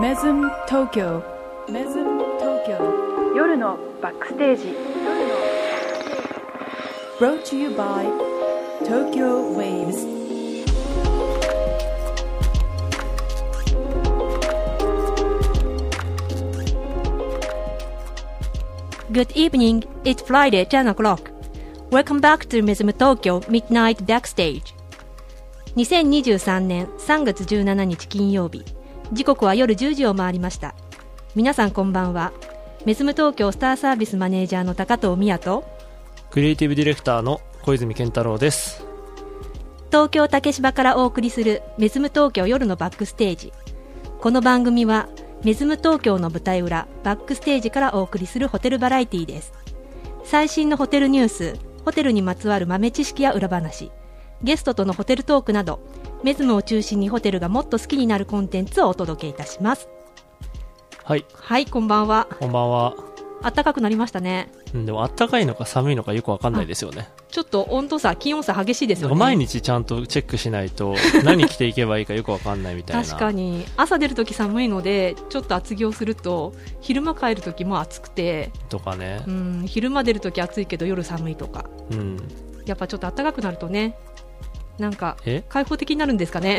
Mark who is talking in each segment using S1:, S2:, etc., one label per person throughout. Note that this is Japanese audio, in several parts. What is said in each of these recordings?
S1: メズム東京メズム東京夜のバックステージ夜のバックステージ Brought to you by Tokyo Waves
S2: Good evening. It's Friday, 10 o'clock. Welcome back to Mesm Tokyo Midnight Backstage. 2023年3月17日金曜日。時刻は夜10時を回りました。皆さんこんばんは。メズム東京スターサービスマネージャーの高藤美也と、
S3: クリエイティブディレクターの小泉健太郎です。
S2: 東京竹芝からお送りするメズム東京夜のバックステージ。この番組はメズム東京の舞台裏バックステージからお送りするホテルバラエティーです。最新のホテルニュース、ホテルにまつわる豆知識や裏話、ゲストとのホテルトークなど、メズムを中心にホテルがもっと好きになるコンテンツをお届けいたします。
S3: はい、
S2: はい、こんばんは。
S3: こんばんは。
S2: 暖かくなりましたね。
S3: うんでも、暖かいのか寒いのかよくわかんないですよね。
S2: ちょっと温度差、気温差激しいです
S3: な
S2: よ
S3: んか
S2: ね。
S3: 毎日ちゃんとチェックしな いと、何着ていけばいいかよくわかんないみたいな。
S2: 確かに朝出るとき寒いのでちょっと厚着をすると昼間帰るときも暑くて、
S3: とかね
S2: う。ん、昼間出るとき暑いけど夜寒いとか
S3: うん。
S2: やっぱちょっと暖かくなるとねなんか
S3: え
S2: 開放的になるんですか ね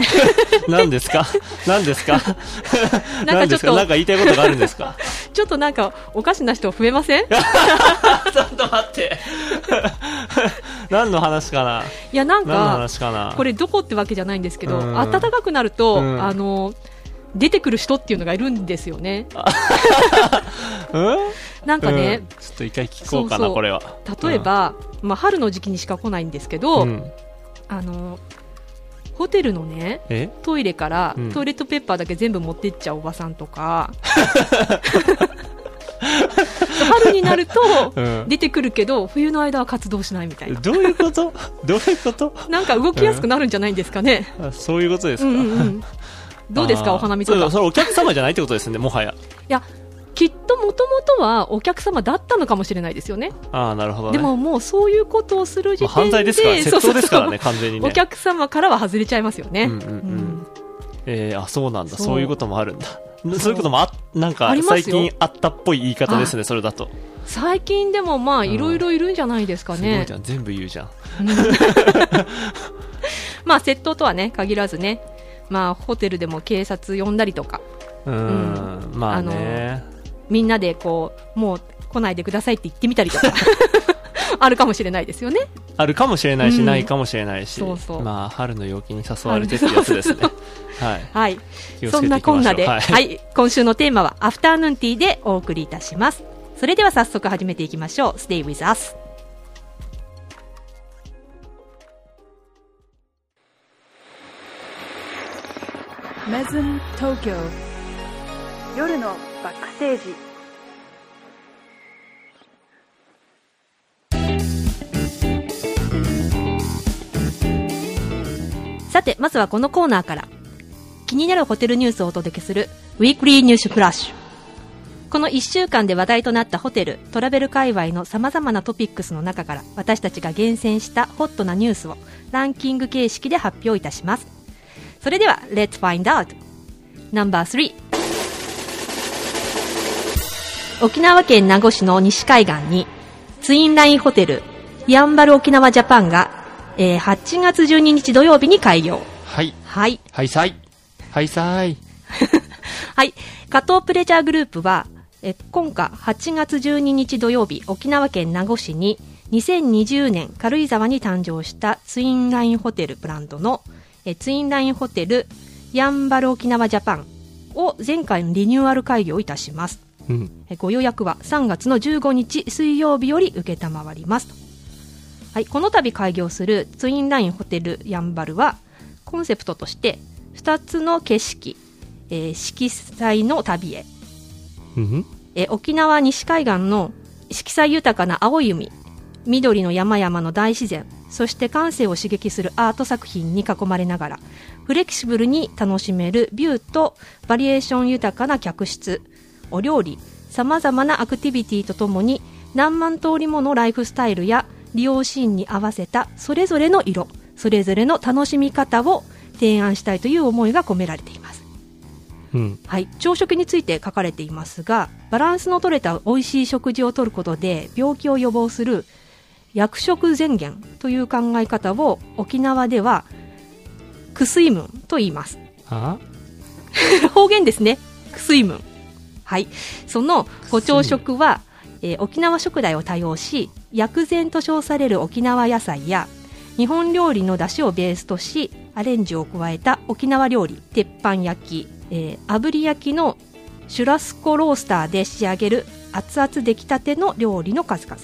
S3: 何で すか何ですか
S2: な
S3: 何
S2: んか
S3: で
S2: ちょっ
S3: すか
S2: と
S3: 何か言いたいことがあるんですか
S2: ちょっとなんかおかしな人増えませんい
S3: ちょっと待って。 何の話かな
S2: やなん
S3: 何の
S2: か
S3: 話かな
S2: これどこってわけじゃないんですけど
S3: うん
S2: 暖かくなると、
S3: うん
S2: あの出てくる人っていうのがいるんですよね
S3: うん
S2: なんかね、
S3: うんちょっと一回聞こうか
S2: そう
S3: な、
S2: そう
S3: これは。
S2: 例えば、まあ、春の時期にしか来ないんですけど、
S3: うん。
S2: あのホテルのね
S3: え
S2: トイレから
S3: うん
S2: トイレットペーパーだけ全部持ってっちゃうおばさんと か、春になると
S3: うん
S2: 出てくるけど冬の間は活動しないみたいな
S3: どういうこと どういうこと
S2: なんか動きやすくなるんじゃないんですかね、
S3: あそういうことです
S2: う
S3: か、
S2: んうんうん、どうです
S3: あ
S2: か
S3: ー
S2: お花見と
S3: そう
S2: か
S3: それお客様じゃないってことですね、もはや。
S2: きっともともとはお客様だったのかもしれないですよね
S3: ああ、なるほどね。
S2: でももうそういうことをする時
S3: ま
S2: 点
S3: あ
S2: で、
S3: 犯罪ですから、窃
S2: そう
S3: 盗
S2: そうそ
S3: で
S2: う
S3: すからね、完全に ね。
S2: お客様からは外れちゃいますよね、
S3: うんうんうんえーあ、そうなんだ。
S2: そう
S3: そういうこともあるんだ。
S2: う
S3: そういうこともあ、なんか
S2: あり、ますよ
S3: 最近あったっぽい言い方ですね、それだと。
S2: 最近でもまあ
S3: ん
S2: いろいろいるんじゃないですか
S3: すご
S2: ね
S3: いじゃん、全部言うじゃん。
S2: まあ窃盗とはね限らずねまあホテルでも警察呼んだりとか
S3: うーん、まあね。
S2: みんなでこうもう来ないでくださいって言ってみたりとか あるかもしれないですよね
S3: あるかもしれないし、
S2: うん
S3: ないかもしれないし。
S2: そうそう
S3: まあ、春の陽気に誘われてってやつですね
S2: そう。
S3: はい。
S2: はい
S3: 気をつ
S2: そ
S3: け
S2: ん
S3: て
S2: ない
S3: きまし
S2: こ
S3: ょうん
S2: なで、は
S3: はいい
S2: 今週のテーマは「アフターヌーンティー」でお送りいたしますそれでは早速始めていきましょう「Stay with us」
S1: メズム東京夜のバックステージ
S2: さてまずはこのコーナーから気になるホテルニュースをお届けするウィークリーニュースフラッシュこの1週間で話題となったホテルトラベル界隈のさまざまなトピックスの中から私たちが厳選したホットなニュースをランキング形式で発表いたしますそれでは Let's find out ナンバー3沖縄県名護市の西海岸にツインラインホテルヤンバル沖縄ジャパンが、えー8月12日土曜日に開業
S3: はい。
S2: はい
S3: はい、さい。はい、さい。
S2: はい。加藤プレジャーグループは、え今夏8月12日土曜日、沖縄県名護市に2020年軽井沢に誕生したツインラインホテルブランドのえツインラインホテルヤンバル沖縄ジャパンを前回のリニューアル開業いたします。
S3: うん。
S2: えご予約は3月の15日水曜日より受けたまわります。はい、この度開業するツインラインホテルやんばるは、コンセプトとして、2つの景色、えー色彩の旅へ、
S3: うん。
S2: えー沖縄西海岸の色彩豊かな青い海、緑の山々の大自然、そして感性を刺激するアート作品に囲まれながら、フレキシブルに楽しめるビューとバリエーション豊かな客室、お料理、様々なアクティビティとともに、何万通りものライフスタイルや利用シーンに合わせたそれぞれの色、それぞれの楽しみ方を提案したいという思いが込められています。
S3: うん。
S2: はい、朝食について書かれていますがバランスの取れた美味しい食事をとることで病気を予防する薬食前言という考え方を沖縄ではクスイムンと言います
S3: あ
S2: 方言ですねクスイムンはいそのご朝食は、えー沖縄食材を多用し薬膳と称される沖縄野菜や日本料理の出汁をベースとしアレンジを加えた沖縄料理鉄板焼き、えー炙り焼きのシュラスコロースターで仕上げる熱々出来たての料理の数々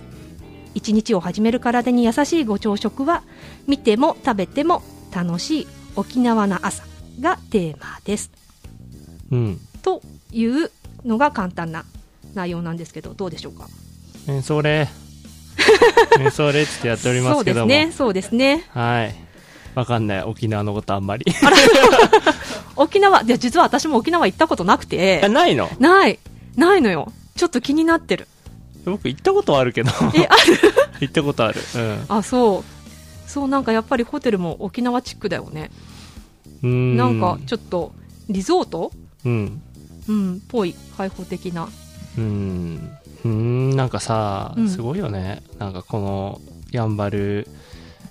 S2: 一日を始める体に優しいご朝食は見ても食べても楽しい沖縄の朝がテーマです
S3: うん。
S2: というのが簡単な内容なんですけどどうでしょうか
S3: 演奏れ。演奏れっつってやっておりますけども。
S2: そうですねそうですね
S3: はい。わかんない。沖縄のことあんまり。
S2: 沖縄で実は私も沖縄行ったことなく
S3: あ
S2: て
S3: ないの
S2: ないないのよちょっと気になってる
S3: 僕行ったことはあるけど。
S2: えある
S3: 行ったことある。うん
S2: あそうそうなんかやっぱりホテルも沖縄チックだよね。
S3: うーん
S2: なんかちょっとリゾート
S3: うん。
S2: うんっぽい開放的な
S3: うん。うーん、なんかさ
S2: う、ん
S3: すごいよね。なんかこの、やんばる、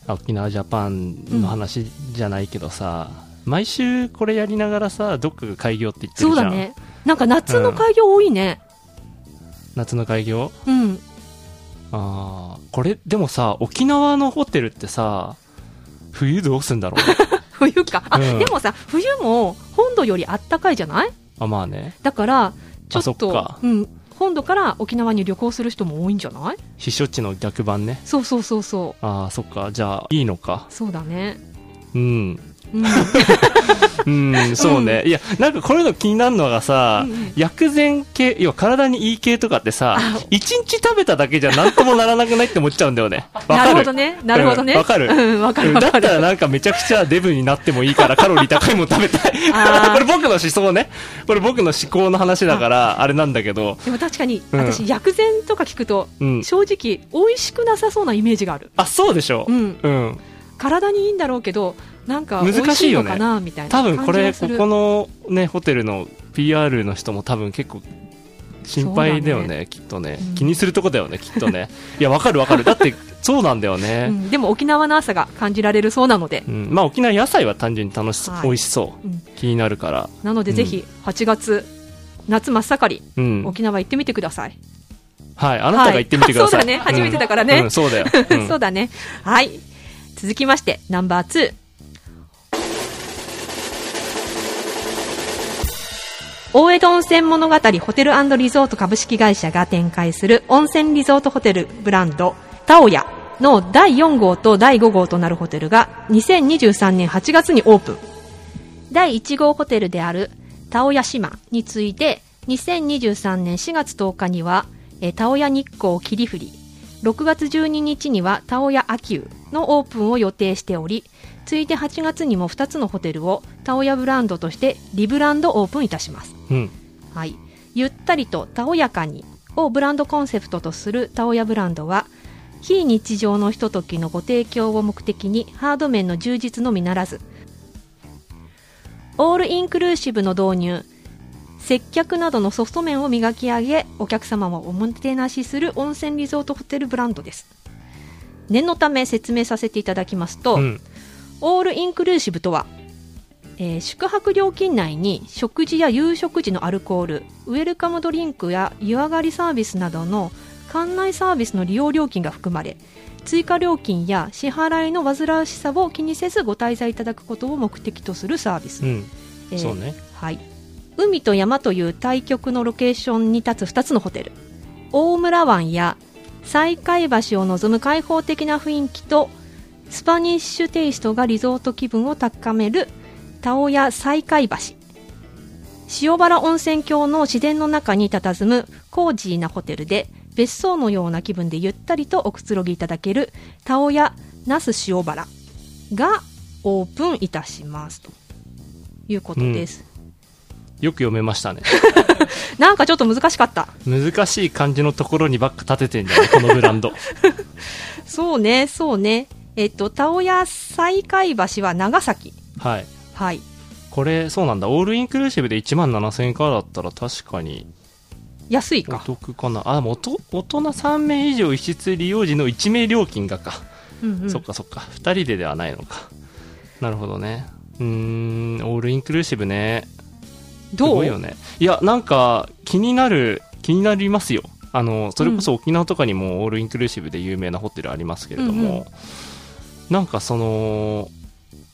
S3: あ沖縄ジャパンの話じゃないけどさ、毎週これやりながらさ、どっかが開業って言って
S2: そ
S3: る
S2: う
S3: じゃん。
S2: だねなんか夏の開業多いね
S3: 夏の開業
S2: うん
S3: ああ、これ、でもさ、沖縄のホテルってさ、冬どうす んだろうね
S2: 冬かあ、
S3: うん
S2: でもさ冬も本土よりあったかいじゃない
S3: あ、まあね。
S2: だからちょ
S3: あそ
S2: っ
S3: っ
S2: と
S3: か
S2: うん、本土から沖縄に旅行する人も多いんじゃない
S3: 避暑地の逆版ね。
S2: そうそうそうそ
S3: ああ、そっか。じゃあ、いいのか。
S2: うそうだね
S3: うん。
S2: うん
S3: うん、そうね。いや、なんかこういうの気になるのがさ
S2: うんうん、
S3: 薬膳系、要は体にいい系とかってさ
S2: あ、
S3: 一日食べただけじゃなんともならなくないって思っちゃうんだよ ね。わ
S2: なる
S3: か
S2: ほど
S3: る。
S2: ねなるほどね
S3: うんわかる
S2: うんわか
S3: うん
S2: る
S3: だ
S2: わ
S3: った
S2: かる
S3: らなんかめちゃくちゃデブになってもいい からカロリー高いもん食べたい。
S2: あー
S3: これ僕の思想ね。これ僕の思考の話だから、あれなんだけど。
S2: でも確かに
S3: うん
S2: 私薬膳とか聞くと
S3: うん。
S2: 正直美味しくなさそうなイメージがある
S3: あ、そうでしょ
S2: うん
S3: うん。
S2: 体にいいんだろうけどなんか美味
S3: 難
S2: し
S3: し
S2: い
S3: い
S2: の
S3: よね
S2: かなみたいな
S3: 多分これ、
S2: 感じがす
S3: こ
S2: る
S3: このね、ホテルの PR の人も多分結構心配だよ
S2: そうだ
S3: ね、きっとね
S2: うん。
S3: 気にするとこだよね、きっとね。 いや、わかるわかる。だって、そうなんだよね。
S2: うんでも沖縄の朝が感じられる そうなので、
S3: うん、まあ沖縄野菜は単純に楽しそう、
S2: はい
S3: 美味しそう
S2: うん
S3: 気になるから
S2: なのでぜひ8月夏真っ盛り
S3: うん
S2: 沖縄行ってみてください、
S3: はいあなたが行ってみてください、
S2: はいあそうだね初めてだからね
S3: うんう んそうだよ、うん
S2: そうだねはい続きましてナンバー2大江戸温泉物語ホテルリゾート株式会社が展開する温泉リゾートホテルブランドタオヤの第4号と第5号となるホテルが2023年8月にオープン第1号ホテルであるタオヤ島に次いで2023年4月10日にはえータオヤ日光霧降り6月12日にはタオヤ秋湯のオープンを予定しており次いで8月にも2つのホテルをタオヤブランドとしてリブランドオープンいたします、
S3: うん
S2: はい、ゆったりとたおやかにをブランドコンセプトとするたおやブランドは非日常のひとときのご提供を目的にハード面の充実のみならずオールインクルーシブの導入接客などのソフト面を磨き上げお客様をおもてなしする温泉リゾートホテルブランドです念のため説明させていただきますと、
S3: うん
S2: オールインクルーシブとは、えー宿泊料金内に食事や夕食時のアルコールウェルカムドリンクや湯上がりサービスなどの館内サービスの利用料金が含まれ追加料金や支払いの煩わしさを気にせずご滞在いただくことを目的とするサービス、
S3: うん
S2: えー
S3: そうね
S2: はい、海と山という対極のロケーションに立つ2つのホテル大村湾や西海橋を望む開放的な雰囲気とスパニッシュテイストがリゾート気分を高めるタオヤ西海橋塩原温泉郷の自然の中に佇むコージーなホテルで別荘のような気分でゆったりとおくつろぎいただけるタオヤ那須塩原がオープンいたしますということです、
S3: よく読めましたね
S2: なんかちょっと難しかった。
S3: 難しい漢字のところにばっか立ててんじゃないこのブラ ンド
S2: そうね、そうね。えっと、タオヤ西海橋は長崎。
S3: はい
S2: はい。
S3: これそうなんだオールインクルーシブで1万7000円からだったら確かに
S2: 安い
S3: お
S2: か、
S3: 得かなあでもおと大人3名以上一室利用時の1名料金がか、
S2: うんうん
S3: そっかそっか2人でではないのかなるほどねうーんオールインクルーシブねす
S2: ど
S3: ご
S2: う
S3: いよねいやなんか気になる気になりますよあのそれこそ沖縄とかにもオールインクルーシブで有名なホテルありますけれども、
S2: うんう
S3: なんかその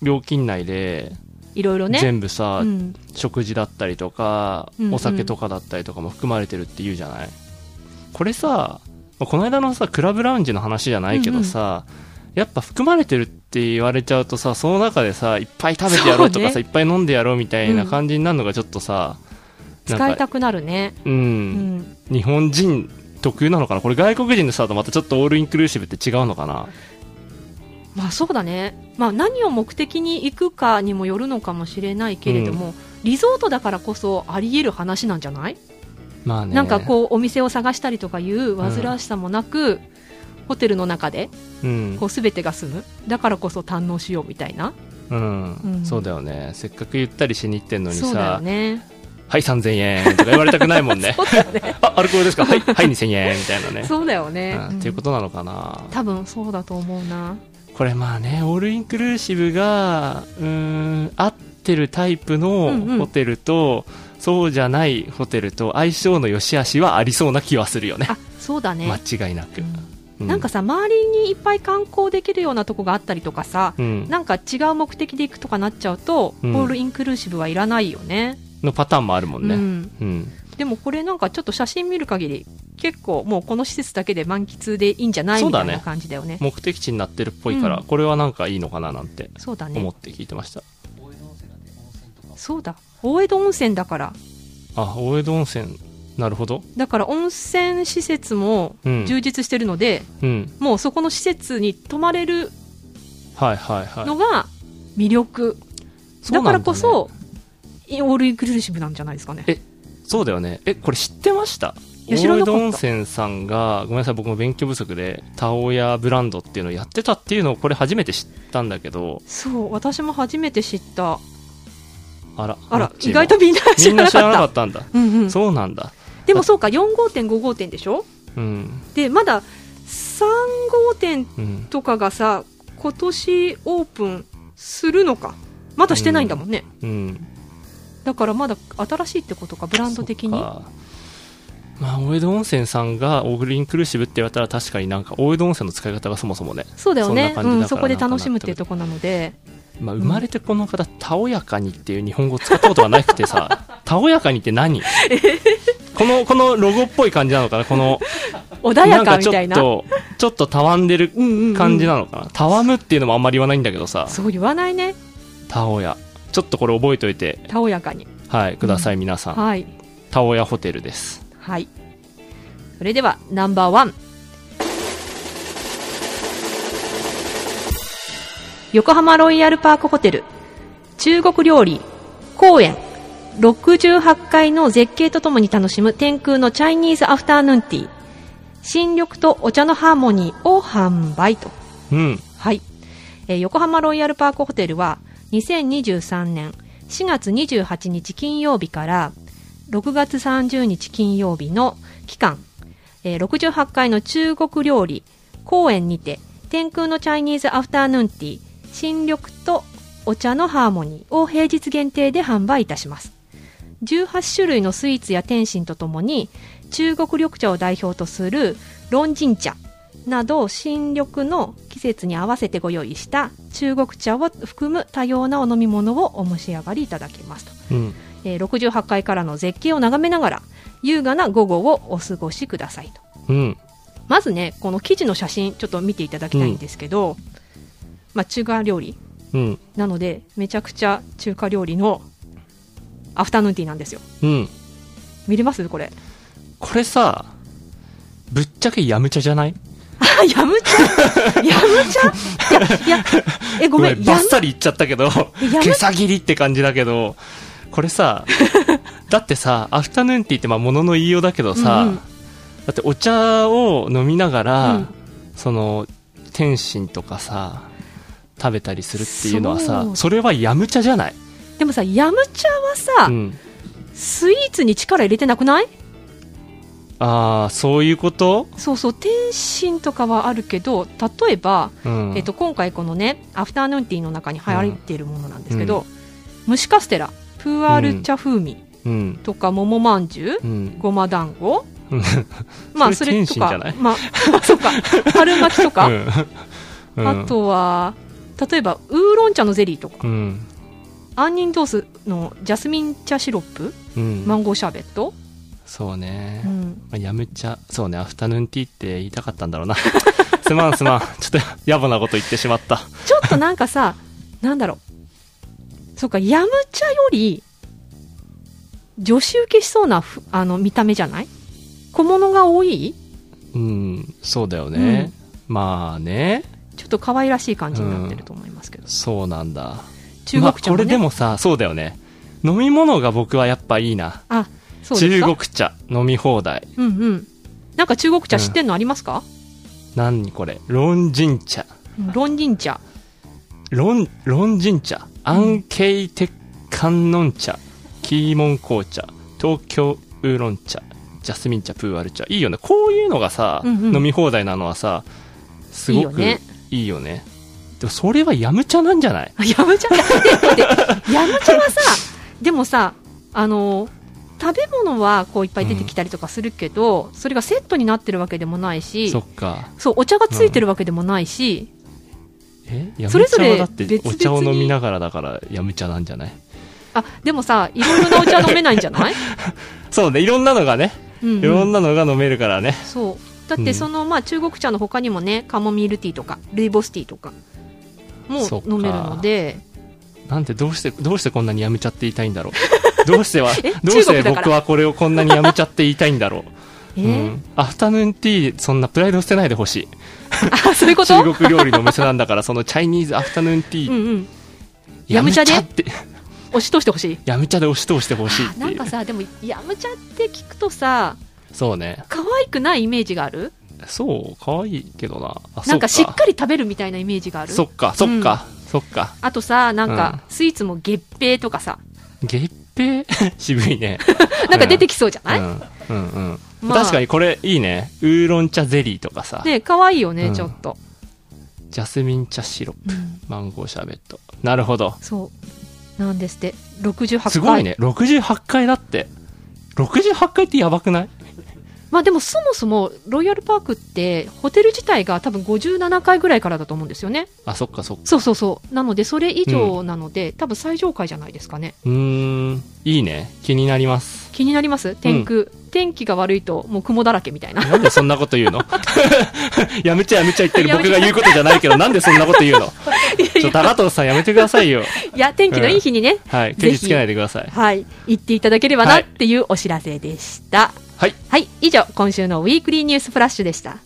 S3: 料金内で
S2: いろいろね
S3: 全部さ、
S2: うん、
S3: 食事だったりとか、
S2: うんうん
S3: お酒とかだったりとかも含まれてるっていうじゃないこれさこの間のさクラブラウンジの話じゃないけどさ、やっぱ含まれてるって言われちゃうとさその中でさいっぱい食べてやろうとかさ
S2: そう
S3: いっぱい飲んでやろうみたいな
S2: うん
S3: 感じになるのがちょっとさ、なんか
S2: 使いたくなるね
S3: うん、
S2: うん
S3: 日本人特有なのかなこれ外国人のさとまたちょっとオールインクルーシブって違うのかな
S2: まあそうだね、まあ、何を目的に行くかにもよるのかもしれないけれども、リゾートだからこそありえる話なんじゃない
S3: まあね
S2: なんかこうお店を探したりとかいう煩わしさもなく、ホテルの中で
S3: う、うん
S2: こう全てが済むだからこそ堪能しようみたいな
S3: うん
S2: うん
S3: そうだよねせっかくゆったりしに行ってんのに
S2: そうだ
S3: さ
S2: よ、ね
S3: はい3000円とか言われたくないもんね
S2: そうだよね
S3: あアルコールですかはい、はい、2000円みたいなね
S2: そうだよね、
S3: うんっていうことなのかな
S2: 多分そうだと思うな
S3: これまあねオールインクルーシブがうーん合ってるタイプの
S2: うんうん
S3: ホテルと、そうじゃないホテルと相性の良し悪しはありそうな気はするよね
S2: あそうだね、
S3: 間違いなく、う
S2: なんかさ周りにいっぱい観光できるようなとこがあったりとかさ、
S3: うん
S2: なんか違う目的で行くとかなっちゃうと、
S3: うん
S2: オールインクルーシブはいらないよね
S3: のパターンもあるもん
S2: う
S3: ね
S2: ん、
S3: うん、
S2: でもこれなんかちょっと写真見る限り結構もうこの施設だけで満喫でいいんじゃない
S3: そう
S2: みた
S3: だ
S2: い
S3: ね
S2: な感じだよね
S3: 目的地になってるっぽいから、
S2: うん
S3: これはなんかいいのかななんて
S2: そうだ
S3: 思
S2: ね
S3: って聞いてました
S2: そうだ大江戸温泉だから
S3: あ大江戸温泉なるほど
S2: だから温泉施設も
S3: うん、
S2: 充実してるので、
S3: うん、
S2: もうそこの施設に泊まれる
S3: はいはいはい
S2: のが魅力、
S3: そうな
S2: だ
S3: ん
S2: か
S3: ね
S2: らこそいオールインクルーシブなんじゃないですかね
S3: えそうだよねえこれ知ってました
S2: いや
S3: 大
S2: 知ら
S3: 江
S2: なか
S3: 戸
S2: った
S3: 温泉さんがごめんなさい僕も勉強不足でタオヤブランドっていうのをやってたっていうのをこれ初めて知ったんだけど
S2: そう私も初めて知った
S3: あら
S2: あ
S3: あ
S2: ら
S3: っち
S2: 意
S3: も
S2: 外とみんな
S3: み
S2: 知ら
S3: んな
S2: な
S3: 知ら
S2: かっ
S3: な
S2: た
S3: かったんだ
S2: うんうん
S3: そうなんだ
S2: でもそうか4号店5号店でしょ
S3: うん
S2: でまだ3号店
S3: うん
S2: とかがさ今年オープンするのかまだしてないんだもんね、
S3: うん
S2: だからまだ新しいってことかブランド的
S3: そっ
S2: に
S3: かまあ大江戸温泉さんがオールインクルーシブって言われたら確かになんか大江戸温泉の使い方がそもそもね
S2: そうだよね
S3: そんな感じだから
S2: うん、そこで楽しむっていうとこなので
S3: まあ、生まれてこの方、たおやかにっていう日本語を使ったことがなく てさ、たおやかにって何この、このロゴっぽい感じなのかなこの、
S2: 穏やか
S3: ん
S2: み
S3: ちょ
S2: たい
S3: っ
S2: な
S3: と、ちょっとたわんでる
S2: うんうんうん
S3: 感じなのかなたわむっていうのもあんまり言わないんだけどさ、
S2: そう言わないね
S3: たおや。ちょっとこれ覚えておいて、
S2: たおやかに
S3: はい、ください、皆さん。
S2: はい
S3: たおやホテルです。
S2: はいそれではナンバーワン横浜ロイヤルパークホテル中国料理公園68階の絶景とともに楽しむ天空のチャイニーズアフターヌーンティー新緑とお茶のハーモニーを販売と
S3: うん。
S2: はい、えー横浜ロイヤルパークホテルは2023年4月28日金曜日から6月30日金曜日の期間、えー68階の中国料理公園にて天空のチャイニーズアフターヌーンティー新緑とお茶のハーモニーを平日限定で販売いたします18種類のスイーツや点心とともに中国緑茶を代表とする論人茶など新緑の季節に合わせてご用意した中国茶を含む多様なお飲み物をお召し上がりいただけますと、
S3: うん。
S2: えー68階からの絶景を眺めながら優雅な午後をお過ごしくださいと
S3: うん。
S2: まずねこの記事の写真ちょっと見ていただきたいんですけど、まあ、中華料理
S3: うん。
S2: なのでめちゃくちゃ中華料理のアフタヌーンティーなんですよ
S3: うん。
S2: 見れます これ
S3: これさ、ぶっちゃけやむちゃじゃない
S2: あやむちゃやむちゃいやいやえごめん
S3: バッ
S2: やむ
S3: サリ言っちゃったけど、
S2: やむ
S3: 毛さ切りって感じだけど、これさ、 だってさ、アフタヌーンティーってまあ物の言いようだけどさ、
S2: うんうん
S3: だってお茶を飲みながら、
S2: うん
S3: その、天津とかさ、食べたりするっていうのはさ、
S2: そう
S3: それはやむ茶じゃない
S2: でもさヤムチャはさ、
S3: うん、
S2: スイーツに力入れてなくない
S3: ああそういうこと、
S2: そうそう天津とかはあるけど例えば、
S3: うん
S2: えっと、今回このねアフターヌーンティーの中に入っているものなんですけど、蒸しカステラプーアール茶風味
S3: うん
S2: とか桃まんじゅう
S3: うん、
S2: ごま団子
S3: うん
S2: まあ
S3: そ
S2: そ
S3: れ
S2: れと
S3: 天津じゃな
S2: か
S3: い
S2: まあそうか春巻きとか、
S3: うん
S2: あ、とは例えばウーロン茶のゼリーとか、
S3: うん
S2: 杏仁豆腐のジャスミン茶シロップ
S3: うん
S2: マンゴーシャーベット、
S3: そうね、
S2: う
S3: ま
S2: ん
S3: あ、やむちゃそうねアフタヌーンティーって言いたかったんだろうな すまんすまんちょっと野暮なこと言ってしまった
S2: ちょっとなんかさ なんだろうそうかヤム茶より女子受けしそうなふあの見た目じゃない小物が多い
S3: うんそうだよね、まあね
S2: ちょっと可愛らしい感じになってると思いますけど、
S3: そうなんだ
S2: 中国茶
S3: まあ、こ
S2: も、ね
S3: れでもさそうだよね飲み物が僕はやっぱいいな
S2: あそうです
S3: 中
S2: か
S3: 国茶飲み放題
S2: うんうんなんか中国茶知ってんのありますか、
S3: 何これ論人茶
S2: うん、ロンジン茶
S3: 論論人茶安慶鉄観音茶キーモン紅茶東京ウーロン茶ジャスミン茶プーアル茶いいよねこういうのがさ、
S2: うんうん
S3: 飲み放題なのはさす
S2: いい
S3: ごく
S2: よね
S3: いいよねでもそれはやむ茶なんじゃない
S2: あヤムチャ だってってヤムチャはさでもさあの食べ物はこういっぱい出てきたりとかするけど、それがセットになってるわけでもないし
S3: そっか
S2: そうお茶がついてるわけでもないし、
S3: えや
S2: そ
S3: む
S2: れぞ
S3: 茶
S2: れ
S3: はだって
S2: 別々
S3: お
S2: に
S3: 茶を飲みながらだからやむ茶なんじゃない
S2: あでもさいろいろなお茶飲めないんじゃ ない、
S3: そうねいろんなのがね
S2: うんうん
S3: いろんなのが飲めるからね、
S2: そうだっ
S3: うん
S2: てその、まあ、中国茶の他にもねカモミールティーとかルイボスティーとかも
S3: そっか
S2: 飲めるので
S3: なんてどうしてどうしてこんなにやめちゃって言いたいんだろ うどうしては
S2: え
S3: どう
S2: 中
S3: して
S2: 国だから
S3: 僕はこれをこんなにやめちゃって言いたいんだろ
S2: え
S3: う、
S2: ー
S3: うん、アフタヌーンティーそんなプライド捨てないでほしい
S2: あ そういうこと
S3: 中国料理のお店なんだから そのチャイニーズアフタヌーンティー、
S2: うんうんやむちゃで
S3: やって
S2: 押し通してほしい
S3: やめちゃで押し通してほしいっ
S2: あ
S3: て
S2: なん
S3: い
S2: か
S3: う
S2: さでもヤムチャって聞くとさ
S3: そうね
S2: 可愛くないイメージがある
S3: そう可愛いけどなあ
S2: なんかし
S3: そ
S2: っかり食べるみたいなイメージがある
S3: そっかそっか、そっか
S2: あとさなんか、スイーツも月餅とかさ
S3: 月餅 渋いね
S2: なんか出てきそうじゃない、
S3: うんうんうん、
S2: まあ
S3: 確かにこれいいねウーロン茶ゼリーとかさ、
S2: ね可愛いよね、
S3: うん
S2: ちょっと、
S3: ジャスミン茶シロップ
S2: うん
S3: マンゴーシャーベットなるほど
S2: そうなんですって68回
S3: すごいね68回だって68回ってやばくない
S2: まあでもそもそもロイヤルパークってホテル自体が多分57回ぐらいからだと思うんですよね
S3: あそっかそっか
S2: そうそうそうなのでそれ以上なので、多分最上階じゃないですかね
S3: うーんいいね気になります
S2: 気になります天空、天気が悪いともう雲だらけみたい な
S3: なんでそんなこと言うのやめちゃやめちゃ言ってる
S2: やめ
S3: 僕
S2: ちゃ
S3: が言うことじゃないけ どなんでそんなこと言うのちょ高藤さんやめてくださいよ
S2: いや天気のいい日にね、
S3: はい
S2: ぜ
S3: 手
S2: ひ
S3: につけないでください
S2: はい、言っていただければなっていうお知らせでした。
S3: はい。
S2: はい、以上、今週のウィークリーニュースフラッシュでした。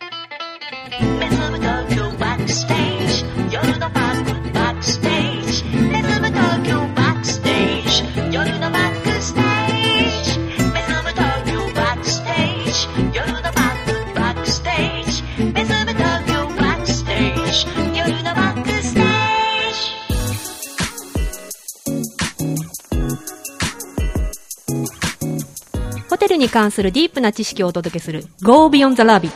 S4: Let's have a Tokyo backstage. Yoru no Baku backstage. Let's have a Tokyo backstage. Yoru no backstage. Let's have a Tokyo backstage. Yoru no Baku backstage. Let's have a Tokyo backstage. Yoru no backstage.
S2: ホテルに関するディープな知識をお届けする Go Beyond the Lobby。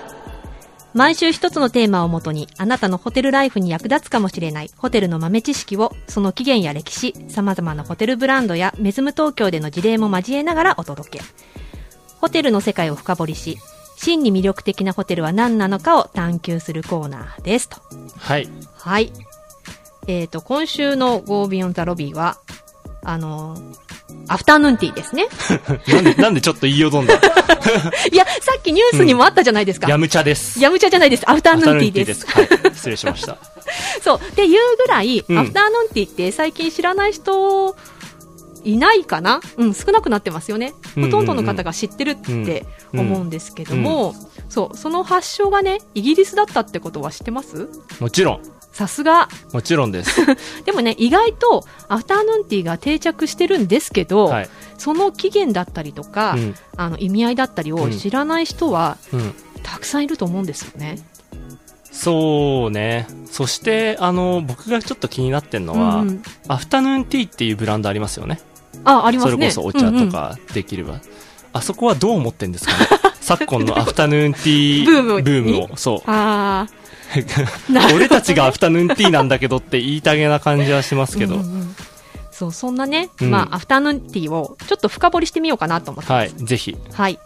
S2: 毎週一つのテーマをもとに、あなたのホテルライフに役立つかもしれないホテルの豆知識を、その起源や歴史、様々なホテルブランドやメズム東京での事例も交えながらお届け。ホテルの世界を深掘りし、真に魅力的なホテルは何なのかを探求するコーナーですと。
S3: はい
S2: はい。えっ、と、今週の Go Beyond the Lobby は、あのーアフタヌーンティーですね。
S3: なんでなんでちょっと言いよどんだ
S2: いや、さっきニュースにもあったじゃないですか。
S3: やむちゃです
S2: やむちゃじゃないです。アフタ
S3: アフ
S2: ヌ
S3: タ
S2: ーン
S3: ヌ
S2: ティ
S3: ーン
S2: ー
S3: ティ
S2: で。
S3: ーですすはい失礼しました
S2: そう。で、言うぐらい、
S3: うん
S2: アフタヌーンティーって最近知らない人、いないかなうん、少なくなってますよね。
S3: うんう
S2: ほ
S3: ん
S2: とんどの方が知ってるって
S3: うん
S2: 思うんですけども、そう、その発祥がね、イギリスだったってことは知ってます
S3: もちろん
S2: さすが。
S3: もちろんです
S2: でもね、意外とアフタヌーンティーが定着してるんですけど、
S3: はい
S2: その起源だったりとか、
S3: うん
S2: あの意味合いだったり
S3: う
S2: を
S3: ん
S2: 知らない人は
S3: うん
S2: たくさんいると思うんですよね。
S3: そうね。そして、あの、僕がちょっと気になってんのは、
S2: うんうん
S3: アフタヌーンティーっていうブランドありますよね。
S2: あ、ありま
S3: そ
S2: す
S3: れこ
S2: ね。
S3: そお茶とかできれば。あそこはどう思ってん ですかね昨今のアフタヌーンティー
S2: ブームに
S3: ブームを。そ
S2: う
S3: う
S2: んう。ん。ああ。
S3: 俺たちがアフタヌーンティーなんだけどって言いたげな感じはしますけど。
S2: うんうんうんそう、そんなね、
S3: うん
S2: まあ、アフタヌーンティーをちょっと深掘りしてみようかなと思って。
S3: はい、ぜひ。
S2: はい。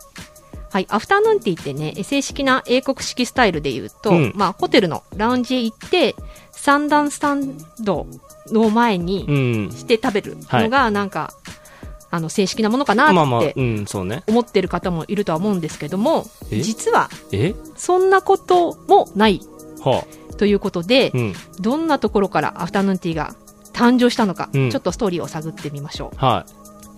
S2: はい、アフタヌーンティーってね、正式な英国式スタイルで言うと、
S3: うん
S2: まあ、ホテルのラウンジへ行って、三段スタンドの前
S3: う
S2: に
S3: ん。
S2: して食べるのが、なんか、あの、正式なものかな
S3: まあまあ
S2: っ、
S3: う
S2: て
S3: ん、そうね。
S2: 思ってる方もいるとは思うんですけども、
S3: え
S2: 実は、
S3: え
S2: そんなこともない
S3: は
S2: ということで
S3: あ、う、ん。
S2: どんなところからアフタヌーンティーが誕生したのか、
S3: うん
S2: ちょっとストーリーを探ってみましょう。
S3: は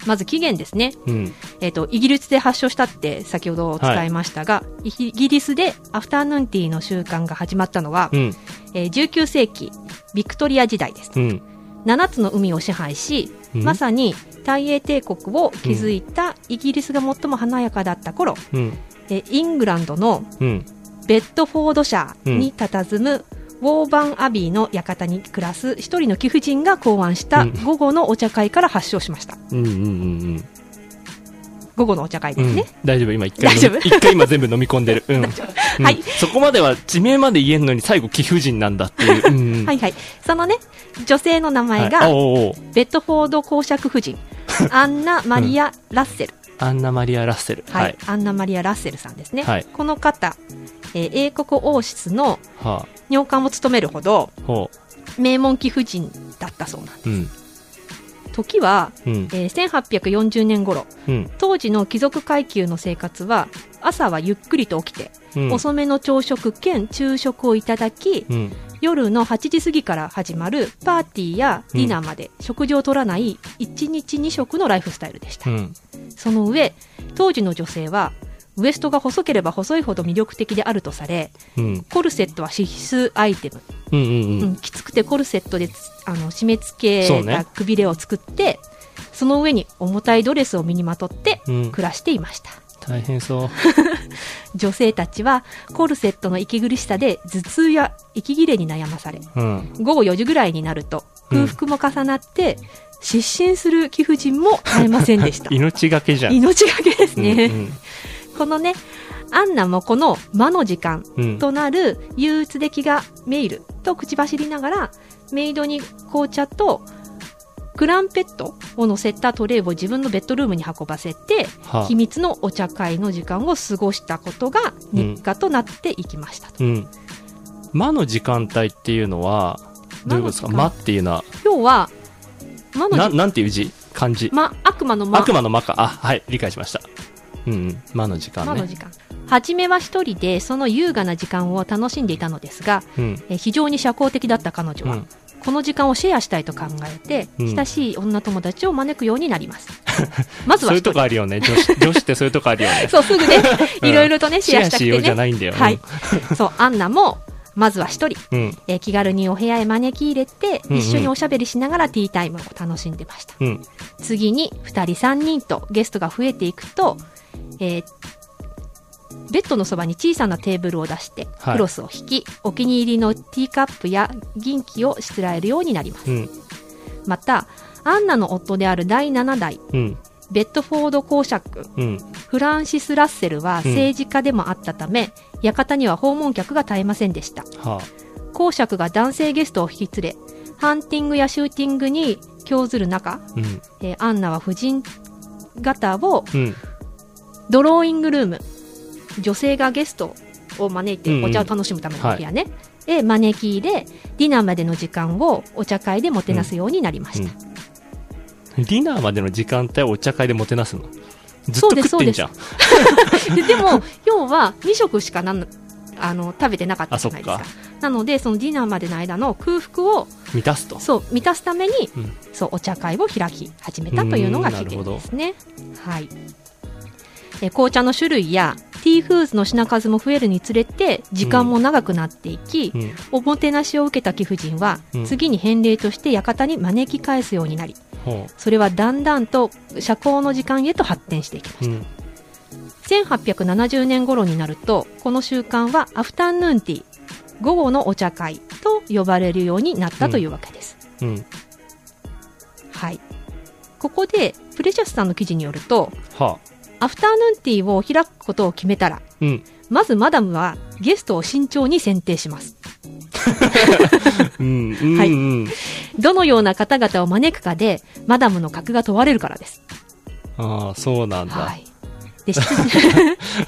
S2: まず起源ですね。
S3: い。うん。
S2: えっ、と、イギリスで発祥したって先ほど伝えましたが、イギリスでアフタヌーンティーの習慣が始まったのは、
S3: うん。
S2: えー19世紀、ビクトリア時代です。
S3: うん。
S2: 7つの海を支配し、
S3: うん
S2: まさに大英帝国を築いたイギリスが最も華やかだった頃、
S3: うん。
S2: えーイングランドの
S3: うん。
S2: ベッドフォード社に佇む、ウォーバンアビーの館に暮らす一人の貴婦人が考案した
S3: うん
S2: 午後のお茶会から発祥しました。
S3: うん。うん。うん。
S2: 午後のお茶会
S3: う
S2: で
S3: ん
S2: すね。
S3: 大丈夫、今一回飲
S2: 大
S3: み。
S2: 丈夫
S3: 一回今全部飲み込んでる。うん。うん
S2: はい
S3: そこまでは地名まで言えんのに最後貴婦人なんだっていう。うん。。
S2: はいいはい。そのね、女性の名前が、
S3: はいおうおう
S2: ベッドフォード公爵夫人、 アンナ・マリア・ラッセル。
S3: アンナマリア・ラッセル。
S2: はい、
S3: はい。
S2: アンナ・マリア・ラッセルさんですね。
S3: はい
S2: この方、えー英国王室の
S3: は
S2: 尿官を務めるほど、
S3: あ。ほ
S2: 名門貴婦人だったそうなんです。
S3: う。うん。
S2: 時は、
S3: うん。
S2: えー1840年頃、
S3: うん。
S2: 当時の貴族階級の生活は、朝はゆっくりと起きて、
S3: うん。
S2: 遅めの朝食兼昼食をいただき、
S3: うん。
S2: 夜の8時過ぎから始まるパーティーやディナーまで食事を取らない1日2食のライフスタイルでした、
S3: うん。
S2: その上当時の女性はウエストが細ければ細いほど魅力的であるとされ
S3: うん。
S2: コルセットは必須アイテム、
S3: うん。うん。う。
S2: うんんきつくてコルセットでつあの締め付
S3: そ
S2: け
S3: うね
S2: たくびれを作ってそ,、の上に重たいドレスを身にまとって
S3: うん。
S2: 暮らしていました、
S3: 大変そう。
S2: 女性たちはコルセットの息苦しさで頭痛や息切れに悩まされ
S3: うん。
S2: 午後4時ぐらいになると
S3: うん
S2: 空腹も重なって、失神する貴婦人も絶えませんでした
S3: 命がけじゃん。
S2: 命がけですね、
S3: うん
S2: このねアンナもこの魔の時間
S3: うん。
S2: となる憂鬱で気がめいると口走りながらメイドに紅茶とクランペットを乗せたトレイを自分のベッドルームに運ばせて
S3: はあ
S2: 秘密のお茶会の時間を過ごしたことが日課となっていきましたと、
S3: うん。魔の時間帯っていうのは、どういうことですか魔
S2: 魔の
S3: っていうのは、
S2: 要は魔の
S3: な
S2: 時間
S3: なんていう字漢字。
S2: ま、悪魔の魔
S3: 悪魔の魔か。あ、はい、理解しました。うんうん。魔の時間
S2: 魔の
S3: ね。
S2: 時間初めは一人でその優雅な時間を楽しんでいたのですが
S3: うん。
S2: えー非常に社交的だった彼女
S3: う
S2: は、
S3: ん。
S2: この時間をシェアしたいと考えて、
S3: うん
S2: 親しい女友達を招くようになります まず
S3: そ
S2: は
S3: う
S2: 一
S3: いうとこ
S2: 人
S3: あるよね。女子、女子ってそういうとこあるよね。
S2: そうすぐね
S3: うん
S2: いろいろと ねシ
S3: シ
S2: ェア
S3: ェア
S2: したく
S3: しようじ
S2: て
S3: ゃな
S2: ね
S3: いんだよ。
S2: はいそうアンナもまずは一人、
S3: うん。
S2: えー気軽にお部屋へ招き入れて、
S3: うんうん
S2: 一緒におしゃべりしながらティータイムを楽しんでました
S3: うん。
S2: 次に2人3人とゲストが増えていくと、えーベッドのそばに小さなテーブルを出して
S3: はい
S2: クロスを引き、お気に入りのティーカップや銀器をしつらえるようになります
S3: うん。
S2: またアンナの夫である第7代
S3: うん。
S2: ベッドフォード公爵
S3: うん。
S2: フランシス・ラッセルは
S3: うん
S2: 政治家でもあったため、館には訪問客が絶えませんでした
S3: はあ。
S2: 公爵が男性ゲストを引き連れハンティングやシューティングに興ずる中
S3: うん。
S2: えーアンナは婦人型を
S3: うん。
S2: ドローイングルーム女性がゲストを招い
S3: うんう
S2: て
S3: ん
S2: お茶を楽しむためのお部屋ね、で招き入れディナーまでの時間をお茶会でもてなすようになりました、
S3: うんディナーまでの時間帯をお茶会でもてなすの。ずっ
S2: そう
S3: と
S2: です
S3: 食ってんじゃん。
S2: ででも要は2食しかなんあの食べてなかったじゃないです
S3: あ
S2: かなのでそのディナーまでの間の空腹を
S3: 満たすと。
S2: そう満たすために、
S3: うん
S2: そうお茶会を開き始めたというのが起
S3: うーん
S2: 源ですね。はい、え紅茶の種類やティーフーズの品数も増えるにつれて時間も長くなっていき、
S3: うん。
S2: おもてなしを受けた貴婦人は、
S3: うん
S2: 次に返礼として館に招き返すようになり
S3: ほ
S2: それはだんだんと社交の時間へと発展していきました
S3: う。うん。
S2: 1870年頃になるとこの習慣はアフタヌーンティー午後のお茶会と呼ばれるようになったというわけです。
S3: うん。
S2: はい。ここで、プレシャスさんの記事によると、
S3: はあ。
S2: アフターヌーンティーを開くことを決めたら、
S3: うん。
S2: まずマダムはゲストを慎重に選定します。
S3: うん。うん。
S2: はい
S3: うん。
S2: どのような方々を招くかで、マダムの格が問われるからです。
S3: ああ、そうなんだ。
S2: はい。で、執事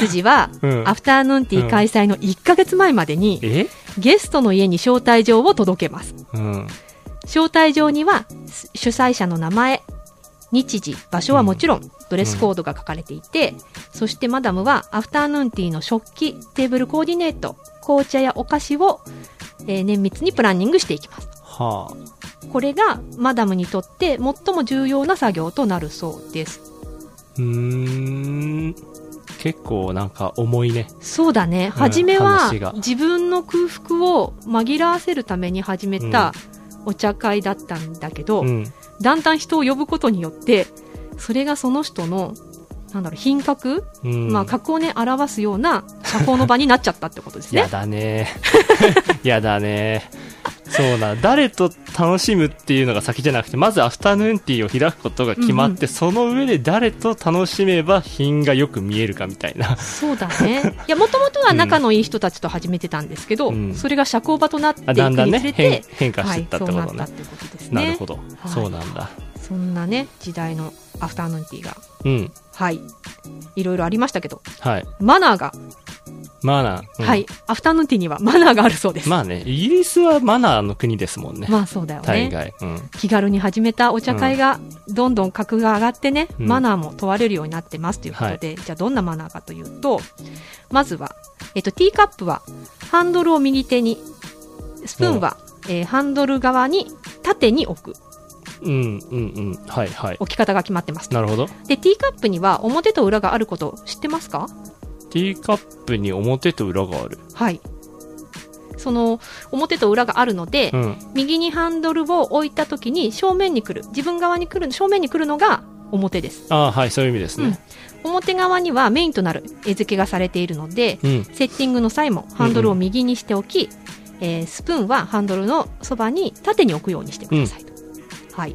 S2: 執事は、
S3: うん
S2: アフターヌーンティー開催の1ヶ月前までに、
S3: え
S2: ゲストの家に招待状を届けます。
S3: うん。
S2: 招待状には、す主催者の名前、日時、場所はもちろん、ドレスコードが書かれていて、そしてマダムは、アフターヌーンティーの食器、テーブルコーディネート、紅茶やお菓子を、えー綿密にプランニングしていきます。
S3: は
S2: これがマダムにとって最も重要な作業となるそうです。
S3: あ。うーん。結構なんか重いね。
S2: そうだね。初めは
S3: 話が
S2: 自分の空腹を紛らわせるために始めたお茶会だったんだけど、
S3: うん。
S2: だんだん人を呼ぶことによって、それがその人の、なんだろう、品格、
S3: うん。
S2: まあ、格をね、表すような社交の場になっちゃったってことです
S3: や
S2: ね。
S3: だね。 やだね。そうなん誰と楽しむっていうのが先じゃなくてまずアフタヌーンティーを開くことが決まって、
S2: うんう
S3: その上で誰と楽しめば品がよく見えるかみたいな
S2: そうだね。 いや、もともとは仲のいい人たちと始めてたんですけど、
S3: うん
S2: それが社交場となっていく
S3: あ
S2: に
S3: だんだんね
S2: つれて
S3: 変、変化していったってこと
S2: はい、
S3: ね,、
S2: そうなったってことです
S3: な
S2: ね。
S3: るほど、
S2: い
S3: そうなんだ
S2: そんなね、時代のアフターヌーンティーが、
S3: うん
S2: はい、いろいろありましたけど、
S3: はい
S2: マナーが、
S3: マナー、うん
S2: はい、アフターヌーンティーにはマナーがあるそうです。ま、
S3: まあねイギリスはマナーの国ですもんね、
S2: あそうだよ
S3: 大
S2: ね。
S3: 概、うん、
S2: 気軽に始めたお茶会が、どんどん格が上がってね、
S3: うん
S2: マナーも問われるようになってますということで、じゃあどんなマナーかというと、まずは、えっと、ティーカップは、ハンドルを右手に、スプーンは、えーハンドル側に縦に置く。
S3: うんうんうんはいはい
S2: 置き方が決まってます。
S3: なるほど
S2: で、ティーカップには表と裏があること知ってますか
S3: ティーカップに表と裏がある
S2: はい。その表と裏があるので、
S3: うん
S2: 右にハンドルを置いた時に正面に来る自分側に来る正面に来るのが表です、
S3: ああはいそういう意味ですね
S2: 表側にはメインとなる絵付けがされているので
S3: うん
S2: セッティングの際もハンドルを右にしておき、えースプーンはハンドルのそばに縦に置くようにしてくださいと、はい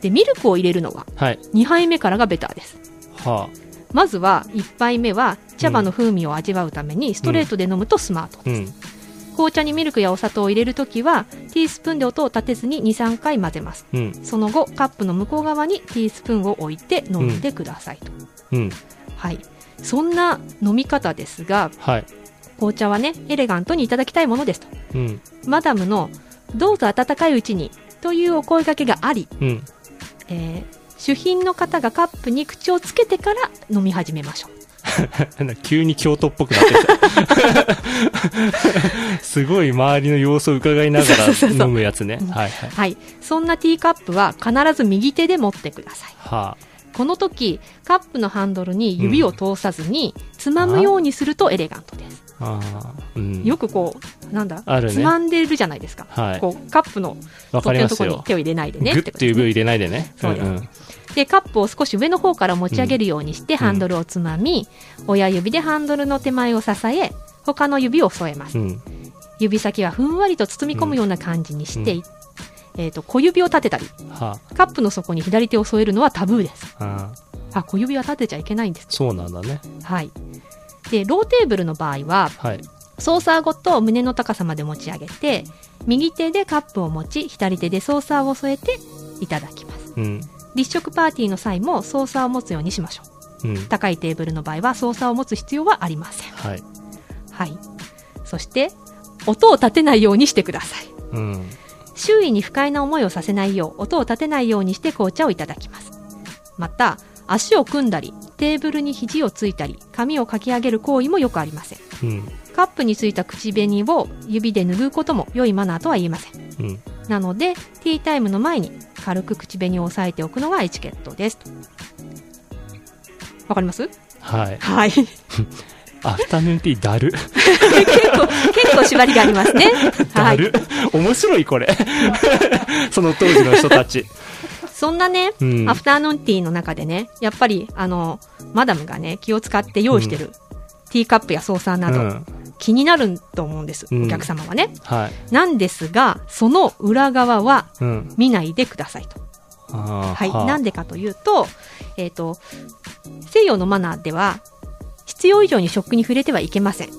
S2: でミルクを入れるのは
S3: はい
S2: 2杯目からがベターです
S3: はあ
S2: まずは1杯目は茶葉の風味を味わうためにストレートで飲むとスマート、
S3: うん
S2: 紅茶にミルクやお砂糖を入れるときはティースプーンで音を立てずに23回混ぜます
S3: うん
S2: その後カップの向こう側にティースプーンを置いて飲んでくださいと、
S3: うん
S2: はいそんな飲み方ですが
S3: はい
S2: 紅茶はねエレガントにいただきたいものですと
S3: うん
S2: マダムの「どうぞ温かいうちに」というお声掛けがあり、
S3: うん
S2: えー主賓の方がカップに口をつけてから飲み始めましょう
S3: なんか急に京都っぽくなってきた。 すごい周りの様子を伺いなが
S2: そうそうそうそ
S3: ら
S2: う
S3: 飲むやつね。はいはい。
S2: はいそんなティーカップは必ず右手で持ってください
S3: は
S2: この時カップのハンドルに指を通さずに、つまむようにするとエレガントです
S3: あ。あーうん。
S2: よくこうなんだ、
S3: あるね
S2: つまんでるじゃないですか、
S3: はい
S2: こうカップの
S3: わか
S2: 取っ
S3: り
S2: 手
S3: ま
S2: のと
S3: す
S2: ころに
S3: よ。
S2: 手を入れないで
S3: グ
S2: ねって
S3: ッ
S2: こと
S3: てい
S2: で
S3: う
S2: すね
S3: 部位入れないでね。
S2: そうです
S3: んん
S2: でカップを少し上の方から持ち上げるようにして、ハンドルをつまみ親指でハンドルの手前を支え他の指を添えます、
S3: うん。
S2: 指先はふんわりと包み込むような感じにして、えー、と小指を立てたり
S3: は
S2: カップの底に左手を添えるのはタブーです
S3: あ。あー
S2: あ小指は立てちゃいけないんです
S3: そうなんだね。
S2: はいでローテーブルの場合は
S3: はい。
S2: ソーサーごと胸の高さまで持ち上げて右手でカップを持ち左手でソーサーを添えていただきます
S3: うん。
S2: 立食パーティーの際もソーサーを持つようにしましょう
S3: うん。
S2: 高いテーブルの場合はソーサーを持つ必要はありません
S3: はい。
S2: はいそして音を立てないようにしてください
S3: うん。
S2: 周囲に不快な思いをさせないよう音を立てないようにして紅茶をいただきますまた足を組んだりテーブルに肘をついたり髪をかき上げる行為もよくありません
S3: うん。
S2: カップについた口紅を指で拭うことも良いマナーとは言えません。
S3: うん。
S2: なので、ティータイムの前に軽く口紅を押さえておくのがエチケットです。わかります
S3: はい。
S2: はい。結
S3: アフタヌーンティーだる。
S2: 構、結構縛りがありますね。は
S3: だ
S2: い。
S3: る。面白いこれ。 その当時の人たち。
S2: そんなね、
S3: うん
S2: ア。フターヌーンティーの中でね、やっぱり、あの、マダムがね、気を使って用意してる、ティーカップやソーサーなど、
S3: うん。
S2: 気になると思うんです、
S3: うん
S2: お客様がね。
S3: はい。
S2: なんですが、その裏側は
S3: うん。
S2: 見ないでくださいと。は
S3: あー
S2: い。なんでかというと、えっ、と、西洋のマナーでは、必要以上に食器に触れてはいけません。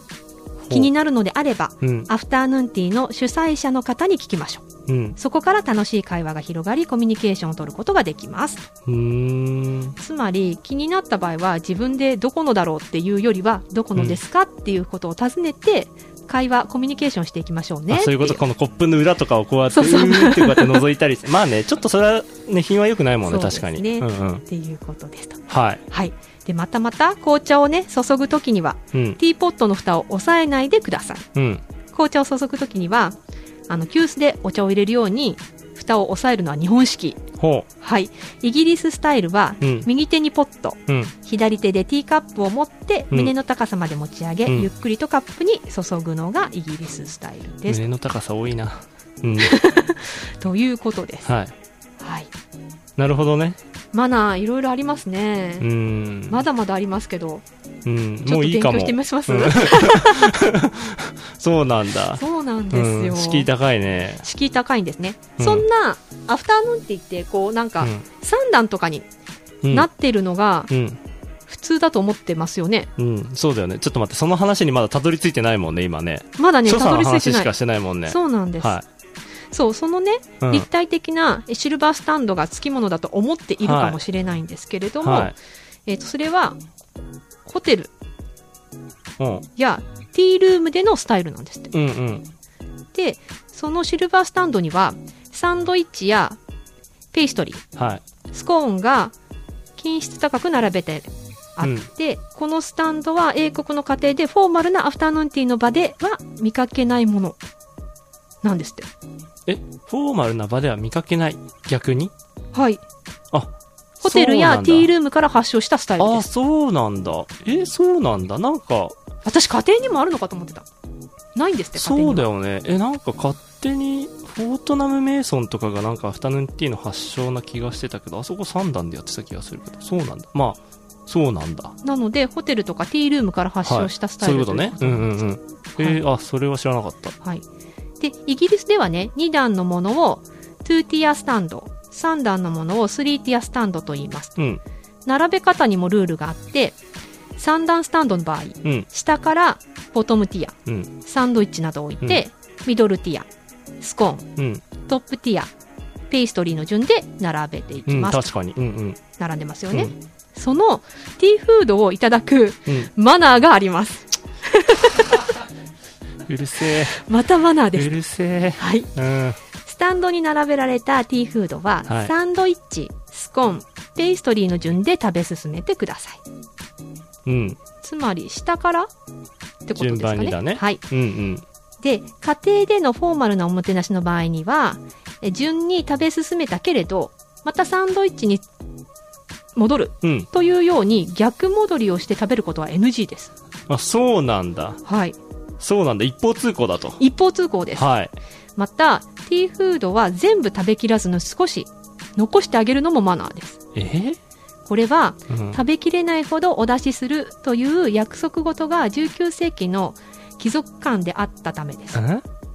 S2: 気になるのであれば、
S3: うん。
S2: アフターヌーンティーの主催者の方に聞きましょう。
S3: うん。
S2: そこから楽しい会話が広がり、コミュニケーションを取ることができます。
S3: うーん。
S2: つまり、気になった場合は、自分でどこのだろうっていうよりは、どこのですかっていうことを尋ねて、会話、コミュニケーションしていきましょうね
S3: あ
S2: って。
S3: そういうことこのコップの裏とかをこうやって
S2: そうそう
S3: うーんってこうやって覗いたりして まあねちょっとそれはね品は良くないもん
S2: そう
S3: ね
S2: で
S3: 確
S2: す
S3: かに
S2: ね
S3: うんうん
S2: っていうことですと。
S3: はい
S2: はい。で、またまた、紅茶をね、注ぐときには、
S3: うん
S2: ティーポットの蓋を押さえないでください。
S3: うん
S2: 紅茶を注ぐときには、あの、急須でお茶を入れるように、蓋を押さえるのは日本式。
S3: ほ
S2: はい。イギリススタイルは、
S3: うん
S2: 右手にポット、
S3: ううん
S2: 左手でティーカップを持って、
S3: うん
S2: 胸の高さまで持ち上げ、
S3: うん
S2: ゆっくりとカップに注ぐのがイギリススタイルです。
S3: 胸の高さ多いなうん
S2: ということです。
S3: はい
S2: はい。
S3: なるほどね
S2: マナー、いろいろありますね。
S3: うーん
S2: まだまだありますけど、
S3: うん
S2: ちょっと
S3: もういい
S2: 勉
S3: か
S2: 強
S3: も
S2: してみます
S3: うんそうなん だ
S2: そうなんですよ。
S3: うん敷居高いね
S2: 敷居高いんですね、
S3: うん
S2: そんなアフターヌーンティーってこうなんか3段とかに
S3: うんうん
S2: なってるのが
S3: うん
S2: 普通だと思ってますよね、
S3: うんそうだよねちょっと待ってその話にまだたどり着いてないもんね今ね
S2: まだね
S3: 所
S2: た
S3: 作
S2: ど
S3: の
S2: り着いて
S3: 話
S2: な
S3: し
S2: い、
S3: かしてないもんね
S2: そうなんです、
S3: は
S2: そうそのね、
S3: いうん
S2: 立体的なシルバースタンドがつきものだと思っているかもしれないんですけれども、
S3: はい
S2: えー、とそれはホテル
S3: うん
S2: やティールームでのスタイルなんですって
S3: うんうん
S2: でそのシルバースタンドにはサンドイッチやペイストリー
S3: はい
S2: スコーンが均質高く並べてあって、このスタンドは英国の家庭でフォーマルなアフタヌーンティーの場では見かけないものなんですって。
S3: えフォーマルな場では見かけない逆に
S2: はい。
S3: あ
S2: ホテルやティー
S3: ル
S2: ルームから発祥したスタイル
S3: あ
S2: です。
S3: そうなんだえそうなんだなんか
S2: 私家庭にもあるのかと思ってた。ないんですって、家
S3: そ
S2: 庭
S3: う
S2: に
S3: だ
S2: は。
S3: よねえなんか勝手にフォートナム・メイソンとかがなんかアフタヌーンティーの発祥な気がしてたけどあそこ3段でやってた気がするけどそうなんだまあそうなんだ
S2: なので、ホテルとかティールームから発祥したスタ
S3: そう
S2: イ
S3: いう
S2: ル
S3: ことねう
S2: い
S3: ん
S2: う
S3: う
S2: こと
S3: んうんえーあそれは知らなかった
S2: はい。で、イギリスではね、2段のものを2ティアスタンド、3段のものを3ティアスタンドと言います。
S3: うん
S2: 並べ方にもルールがあって3段スタンドの場合
S3: うん
S2: 下からボトムティア
S3: うん
S2: サンドイッチなどを置いて、ミドルティアスコーン
S3: うん
S2: トップティアペイストリーの順で並べていき
S3: うん
S2: ます、
S3: 確かにうんうん
S2: 並んでますよ
S3: うん
S2: ね、そのティーフードをいただく
S3: うん
S2: マナーがあります
S3: うるせ
S2: またマナー
S3: え
S2: です
S3: うるせ
S2: はい
S3: えうん
S2: スタンドに並べられたティーフードは、
S3: はい
S2: サンドイッチスコーンペイストリーの順で食べ進めてください
S3: うん
S2: つまり下からってことですかね
S3: 順番にだね
S2: はい
S3: うんうん
S2: で家庭でのフォーマルなおもてなしの場合にはえ順に食べ進めたけれどまたサンドイッチに戻る
S3: うん
S2: というように逆戻りをして食べることは NG です、
S3: あそうなんだ
S2: はい、
S3: そうなんだ一方通行だと
S2: 一方通行です
S3: はい
S2: またティーフードは全部食べきらずに少し残してあげるのもマナーです
S3: え
S2: これは
S3: うん
S2: 食べきれないほどお出しするという約束事が19世紀の貴族間であったためです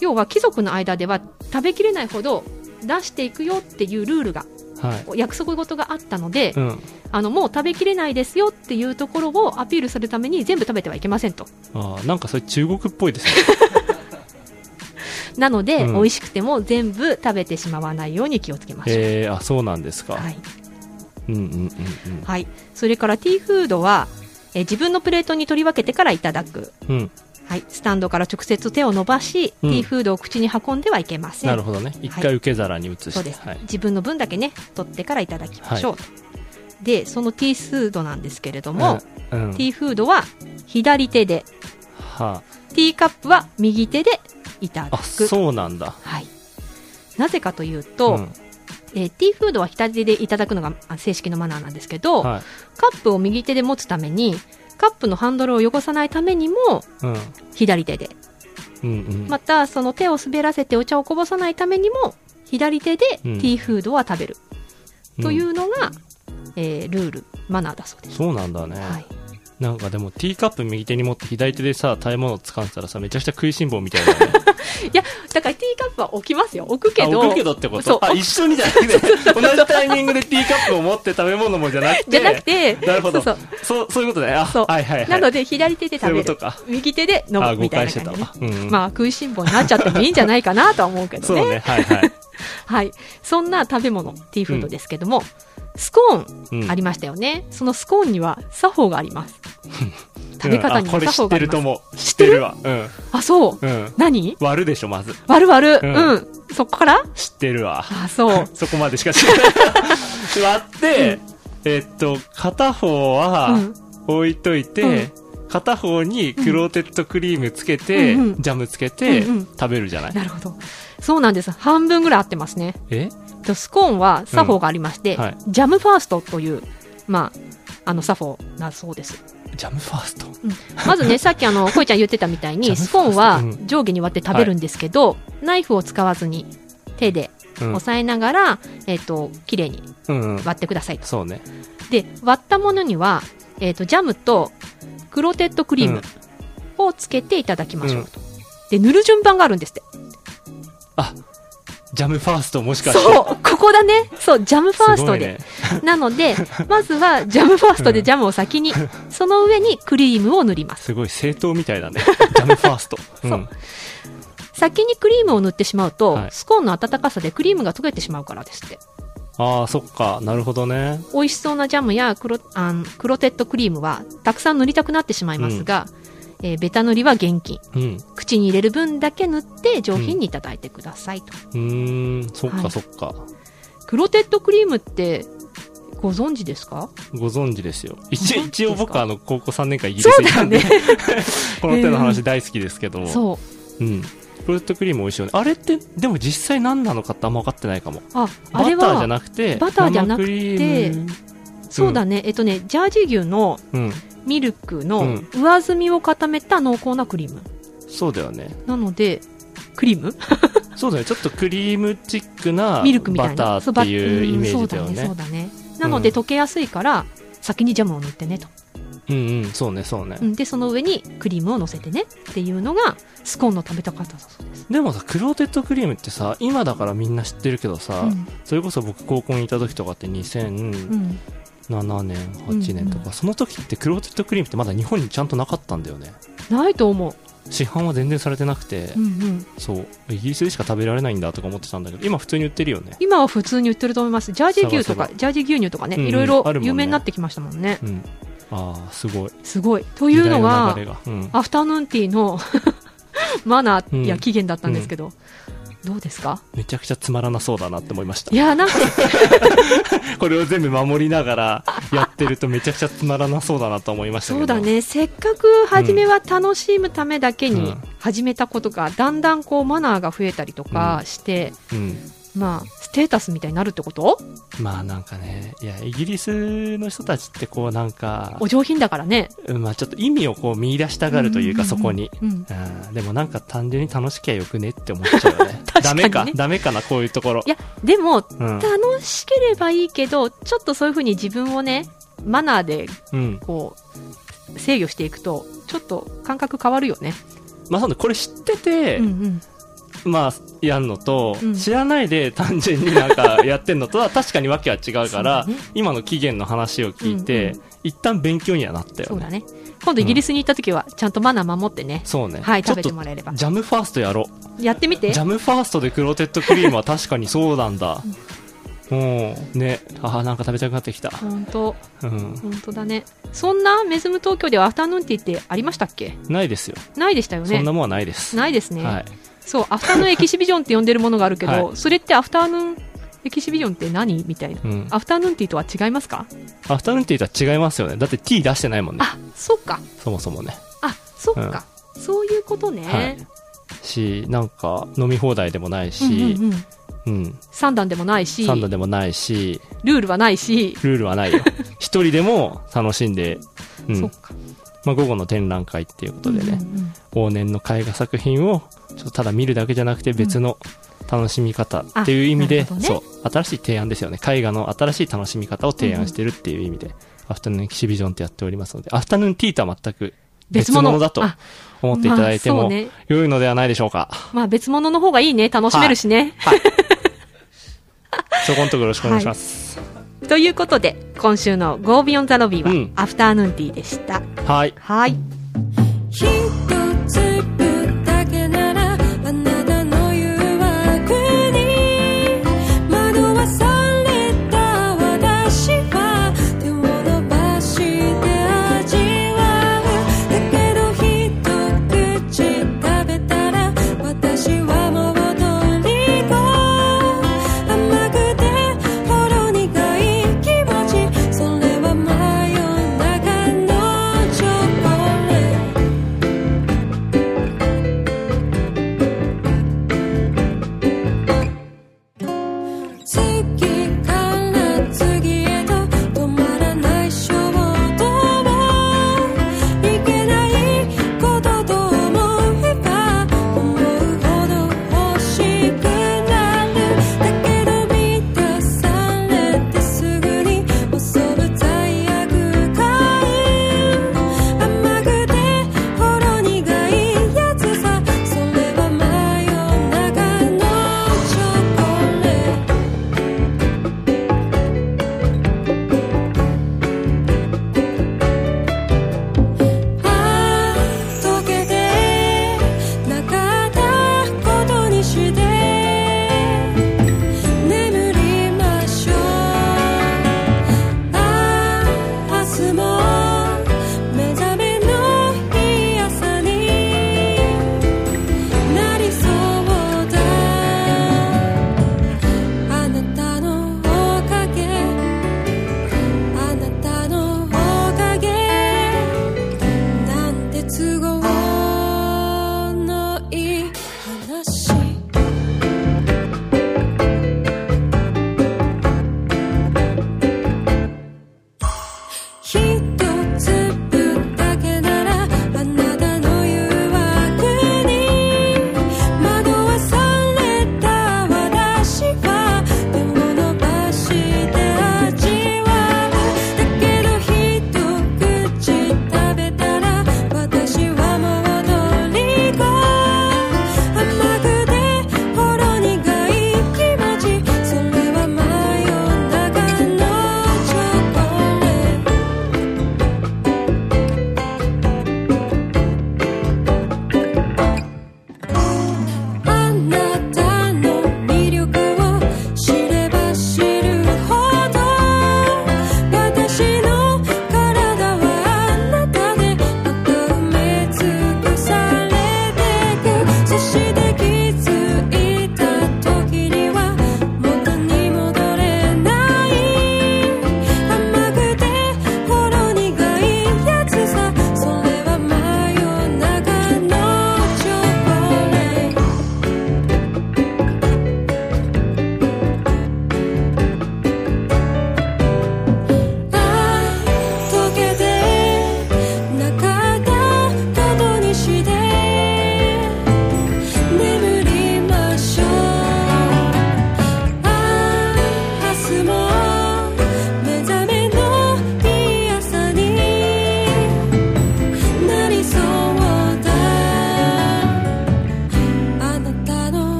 S2: 要は貴族の間では食べきれないほど出していくよっていうルールが
S3: はい
S2: 約束事があったので、
S3: うん
S2: あのもう食べきれないですよっていうところをアピールするために全部食べてはいけませんと
S3: あーなんかそれ中国っぽいですね
S2: なので、
S3: うん
S2: 美味しくても全部食べてしまわないように気をつけましょう、
S3: えー、あそうなんですか、
S2: はい
S3: うんうんうん
S2: はい、それからティーフードはえ自分のプレートに取り分けてからいただく、
S3: うんうん
S2: はい、スタンドから直接手を伸ばし、
S3: うん
S2: ティーフードを口に運んではいけません
S3: なるほどね一回受け皿に移して、
S2: そうです、
S3: はい
S2: 自分の分だけね取ってからいただきましょうと、でそのティーフードなんですけれども、
S3: うん、うん
S2: ティーフードは左手で
S3: は
S2: ティーカップは右手でいた
S3: あ、
S2: だ
S3: あ
S2: く
S3: そうなんだ
S2: はい、なぜかというと、
S3: うん
S2: えーティーフードは左手でいただくのがあ正式のマナーなんですけど、
S3: はい
S2: カップを右手で持つためにカップのハンドルを汚さないためにも
S3: うん
S2: 左手で
S3: うんうん
S2: またその手を滑らせてお茶をこぼさないためにも左手でテ
S3: うん
S2: ィーフードは食べる、とい
S3: うん
S2: うのが、えールールマナーだそうです、
S3: そうなんだね、
S2: はい、
S3: なんかでもティーカップ右手に持って左手でさ食べ物掴んでたらさめちゃくちゃ食いしん坊みたいだよね
S2: だからティーカップは置きますよ置くけ
S3: あ
S2: ど
S3: 置くけどってこ
S2: そう
S3: とあ一緒にじゃなくて同じタイミングでティーカップを持って食べ物もじゃなくて
S2: じゃなくて
S3: なるほど
S2: そ
S3: そううそういうことねあ
S2: そう
S3: はいはいはい
S2: なので左手で食べ
S3: そうい
S2: る
S3: うことか
S2: 右手で飲
S3: あ
S2: むみ
S3: 誤
S2: たい
S3: 解
S2: な
S3: してた
S2: 感
S3: わ、
S2: じ、ね
S3: うん、
S2: まあ食いしん坊になっちゃってもいいんじゃないかなとは思うけど
S3: そうね
S2: ね
S3: はいはい、
S2: はい、そんな食べ物ティーフードですけども、スコーン
S3: う ん
S2: ありましたよね、そのスコーンには作法があります食べ方に
S3: うんあこ
S2: も作
S3: れ知
S2: 法
S3: っ
S2: があり
S3: て
S2: ま
S3: る
S2: す
S3: と思う
S2: 知
S3: 知
S2: っ
S3: ってて
S2: る
S3: るわうん
S2: あそう
S3: うん
S2: 何
S3: 割るでしょまず
S2: 割る割るう
S3: うんん、
S2: そこから
S3: 知ってるわ
S2: あそう
S3: そこまでしか知 らない割って、えっと片方
S2: う
S3: は
S2: ん
S3: 置いといて、片方にクローテッドクリームつけて、
S2: うんうんうん
S3: ジャムつけて、
S2: うんうん
S3: 食べるじゃない、
S2: なるほどそうなんです半分ぐらい合ってますね
S3: え
S2: とスコーンは作法がありまして、
S3: うんはい
S2: ジャムファーストというまああの作法だそうです
S3: ジャムファースト
S2: ま ずねさっきあのこいちゃん言ってたみたい
S3: ジャ
S2: に
S3: ムファー
S2: ス
S3: スト
S2: コーンは
S3: うん
S2: 上下に割って食べるんですけど、ナイフを使わずに手で
S3: うん
S2: 押さえながら、えっ、と、綺麗に
S3: うん、うん、
S2: 割ってくださいと。
S3: そうね
S2: で、割ったものには、えっ、と、ジャムとクロテッドクリームをつけていただきましょうと。で、塗る順番があるんですって。
S3: あジャムファーストもしかして
S2: そう、ここだね。そう、ジャムファーストで。
S3: す
S2: なので、まずはジャムファーストでジャムを先に、その上にクリームを塗ります。
S3: ごいねすごい正当みたい だねジャムファースト、うん、
S2: そう先にクリームを塗ってしまうと、
S3: はい
S2: スコーンの温かさでクリームが溶けてしまうからですって。
S3: ああそっかなるほどね
S2: 美味しそうなジャムやクロあんクロテッドクリームはたくさん塗りたくなってしまいますが、えーベタ塗りは厳禁
S3: うん
S2: 口に入れる分だけ塗って上品にいただいてくださいと、
S3: うーんそっ
S2: はい
S3: かそっか、
S2: クロテッドクリームってご存知ですか
S3: ご存知ですよ
S2: ご
S3: 一
S2: 存知
S3: 一応
S2: です
S3: 僕
S2: か
S3: はあの高校3年間イギリスにいたんで、
S2: そうだ
S3: この手の話大好きですけども、
S2: そう
S3: うんプロテッドクリーム美味しいよねあれってでも実際何なのかってあんま分かってないかも
S2: あ
S3: バ
S2: あ
S3: タ
S2: れ
S3: ーじゃ
S2: は
S3: なくて
S2: バターじゃなくて
S3: 生クリーム
S2: そうだね、えっとねジャージー牛の
S3: うん
S2: ミルク
S3: う
S2: の
S3: ん
S2: 上澄みを固めた濃厚なクリーム
S3: そうだよね
S2: なのでクリーム
S3: そうだねちょっとクリームチックな
S2: ミルクみたいな
S3: バターっていうイメージだよ
S2: そう
S3: ね
S2: んそうだねそうだねなので
S3: うん
S2: 溶けやすいから先にジャムを塗ってねと
S3: うんうんそうねそうね、
S2: うんでその上にクリームをのせてねっていうのがスコーンの食べたかったそうです、
S3: でもさクローテッドクリームってさ今だからみんな知ってるけどさ、
S2: うん
S3: それこそ僕高校にいた時とかって
S2: う
S3: 2007
S2: ん、
S3: 年8年とか、
S2: うん
S3: その時ってクローテッドクリームってまだ日本にちゃんとなかったんだよね
S2: ないと思
S3: 市販は全然されてなくて、
S2: う、うんうん、
S3: そうイギリスでしか食べられないんだとか思ってたんだけど今普通に売ってるよね
S2: 今は普通に売ってると思いますジャージー牛とか
S3: 探せ
S2: ジャージー牛乳とかね、
S3: うんうん
S2: いろいろ
S3: あるもんね
S2: 有名になってきましたもんね
S3: うんああすごい
S2: すごいというのが
S3: 時代の流れが、うん、
S2: アフタヌーンティーの マナー
S3: う
S2: や
S3: ん
S2: 期限だったんですけど、どうですか
S3: めちゃくちゃつまらなそうだなって思いました
S2: いやなん か
S3: これを全部守りながらやってるとめちゃくちゃつまらなそうだなと思いましたけ
S2: そ
S3: ど
S2: うだねせっかく初めは楽しむためだけ
S3: う
S2: に
S3: ん
S2: 始めたことがだんだんこうマナーが増えたりとかして、
S3: うん
S2: まあステータスみたいになるってこと
S3: まあなんかね、いや、イギリスの人たちってこうなんか
S2: お、上品だからね
S3: うんまあちょっと意味をこう見出したがるというか、
S2: んんん
S3: そこに。
S2: うん
S3: うん、でもなんか単純に楽しきゃよくねって思っちゃうよね。ダメ
S2: 確か
S3: か
S2: にね、
S3: ダメかな、こういうところ
S2: い。やでも
S3: うん。
S2: 楽しければいいけどちょっとそういうふうに自分をねマナーで
S3: うん。
S2: こう制御していくとちょっと感覚変わるよね、
S3: まあそうだ、これ知ってて、
S2: うんうん、
S3: まあやんのと、
S2: うん
S3: 知らないで単純になんかやってんのとは確かにわけは違
S2: そ
S3: うか
S2: うだ
S3: ら、
S2: ね
S3: 今の期限の話を聞いて、
S2: うん
S3: 一旦勉強にはなったよ
S2: そう
S3: ね。
S2: だね今度イギリスに行った時はちゃんとマナー守ってね、
S3: そうね。
S2: はい
S3: ち
S2: 食
S3: ょっ
S2: べ
S3: と
S2: てもらえれば
S3: ジャムファーストやろう。
S2: やってみて
S3: ジャムファーストでクロテッドクリームは確かにそうなんだ。もうね、ああ、なんか食べたくなってきた。
S2: 本当
S3: うん。
S2: 本当だねそんなメズム東京ではアフタヌーンティーってありましたっけ
S3: ないですよ。
S2: ないでしたよ
S3: そ
S2: ね
S3: んなもんはないです。
S2: ないですね、
S3: はい。
S2: そうアフタヌーンエキシビジョンって呼んでるものがあるけど、
S3: は
S2: それってアフタヌーンエキシビジョンって何みたいな
S3: うん。
S2: アフタヌーンティーとは違いますか
S3: アフタヌーンティーとは違いますよね。だってティー出してないもんね。
S2: あそっか
S3: そもそもね。
S2: あそっか、そういうことね、
S3: はいし、なんか飲み放題でもないし、
S2: うんうんうん、
S3: うん。
S2: 三段でもないし
S3: サンダでもないし、
S2: ルールはないし、
S3: ルール はないよ。一人でも楽しんで、う
S2: そ
S3: ん
S2: っ。か
S3: まあ、午後の展覧会っていうことでね、
S2: うんうんうん
S3: 往年の絵画作品をちょっとただ見るだけじゃなくて別の楽しみ方っていう意味
S2: あ
S3: で、
S2: なるほどね
S3: そう新しい提案ですよね絵画の新しい楽しみ方を提案してるっていう意味で、アフタヌーンエキシビジョンってやっておりますので、アフタヌーンティーとは全く
S2: 別
S3: 別
S2: 物
S3: 物だと
S2: あ
S3: 思っていただいて
S2: まあそう
S3: も、
S2: ね
S3: 良いのではないでしょう か。
S2: まあ別物の方がいいね。楽しめるしね。
S3: はい。そこんとこよろしくお願いします。
S2: ということで、今週の Go Beyond the Lobby は、
S3: うん
S2: アフターヌーンティーでした。
S3: はい。
S2: はい。
S5: ひとつぶだけならあなたの誘惑に惑わされた私は手を伸ばして味わうだけど一口食べたら私はもう虜甘くてほろ苦い気持ちそれは真夜中のチョコレート「君の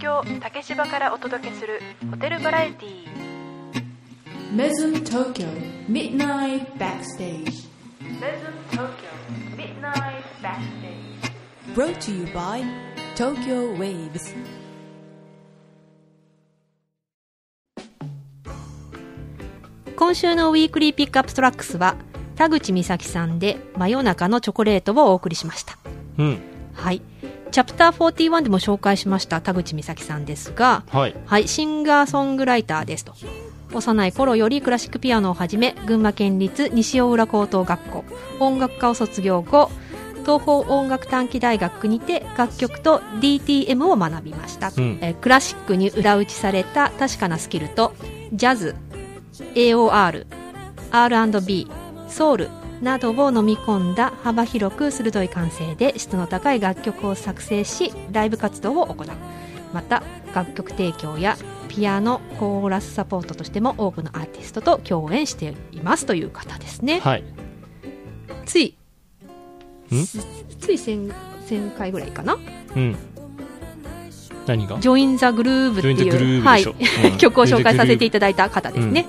S1: と竹芝からお届けするホテルバラエティー Mesm Tokyo Midnight Backstage Mesm Tokyo Midnight Backstage Brought to you by Tokyo Waves
S2: 今週のウィークリーピックアップトラックスは田口美咲さんで「真夜中のチョコレート」をお送りしました
S3: うん。
S2: はいチャプター41でも紹介しました田口美咲さんですが
S3: はい。
S2: はい、シンガーソングライターですと。幼い頃よりクラシックピアノをはじめ、群馬県立西大浦高等学校、音楽科を卒業後、東方音楽短期大学にて楽曲と DTM を学びました、
S3: うん
S2: えークラシックに裏打ちされた確かなスキルと、ジャズ、AOR、R&B、ソウルなどを飲み込んだ幅広く鋭い感性で質の高い楽曲を作成し、ライブ活動を行う。また、楽曲提供やピアノ、コーラスサポートとしても多くのアーティストと共演していますという方ですね。
S3: はい。
S2: つい、つい先先回ぐらいかな。
S3: うん。何が
S2: ジョイン・ザ・グルーブって
S3: ジョインザグ
S2: い
S3: ルー
S2: う、
S3: ヴ
S2: は
S3: で
S2: い
S3: しょ、う ん
S2: 曲を紹介させていただいた方ですね。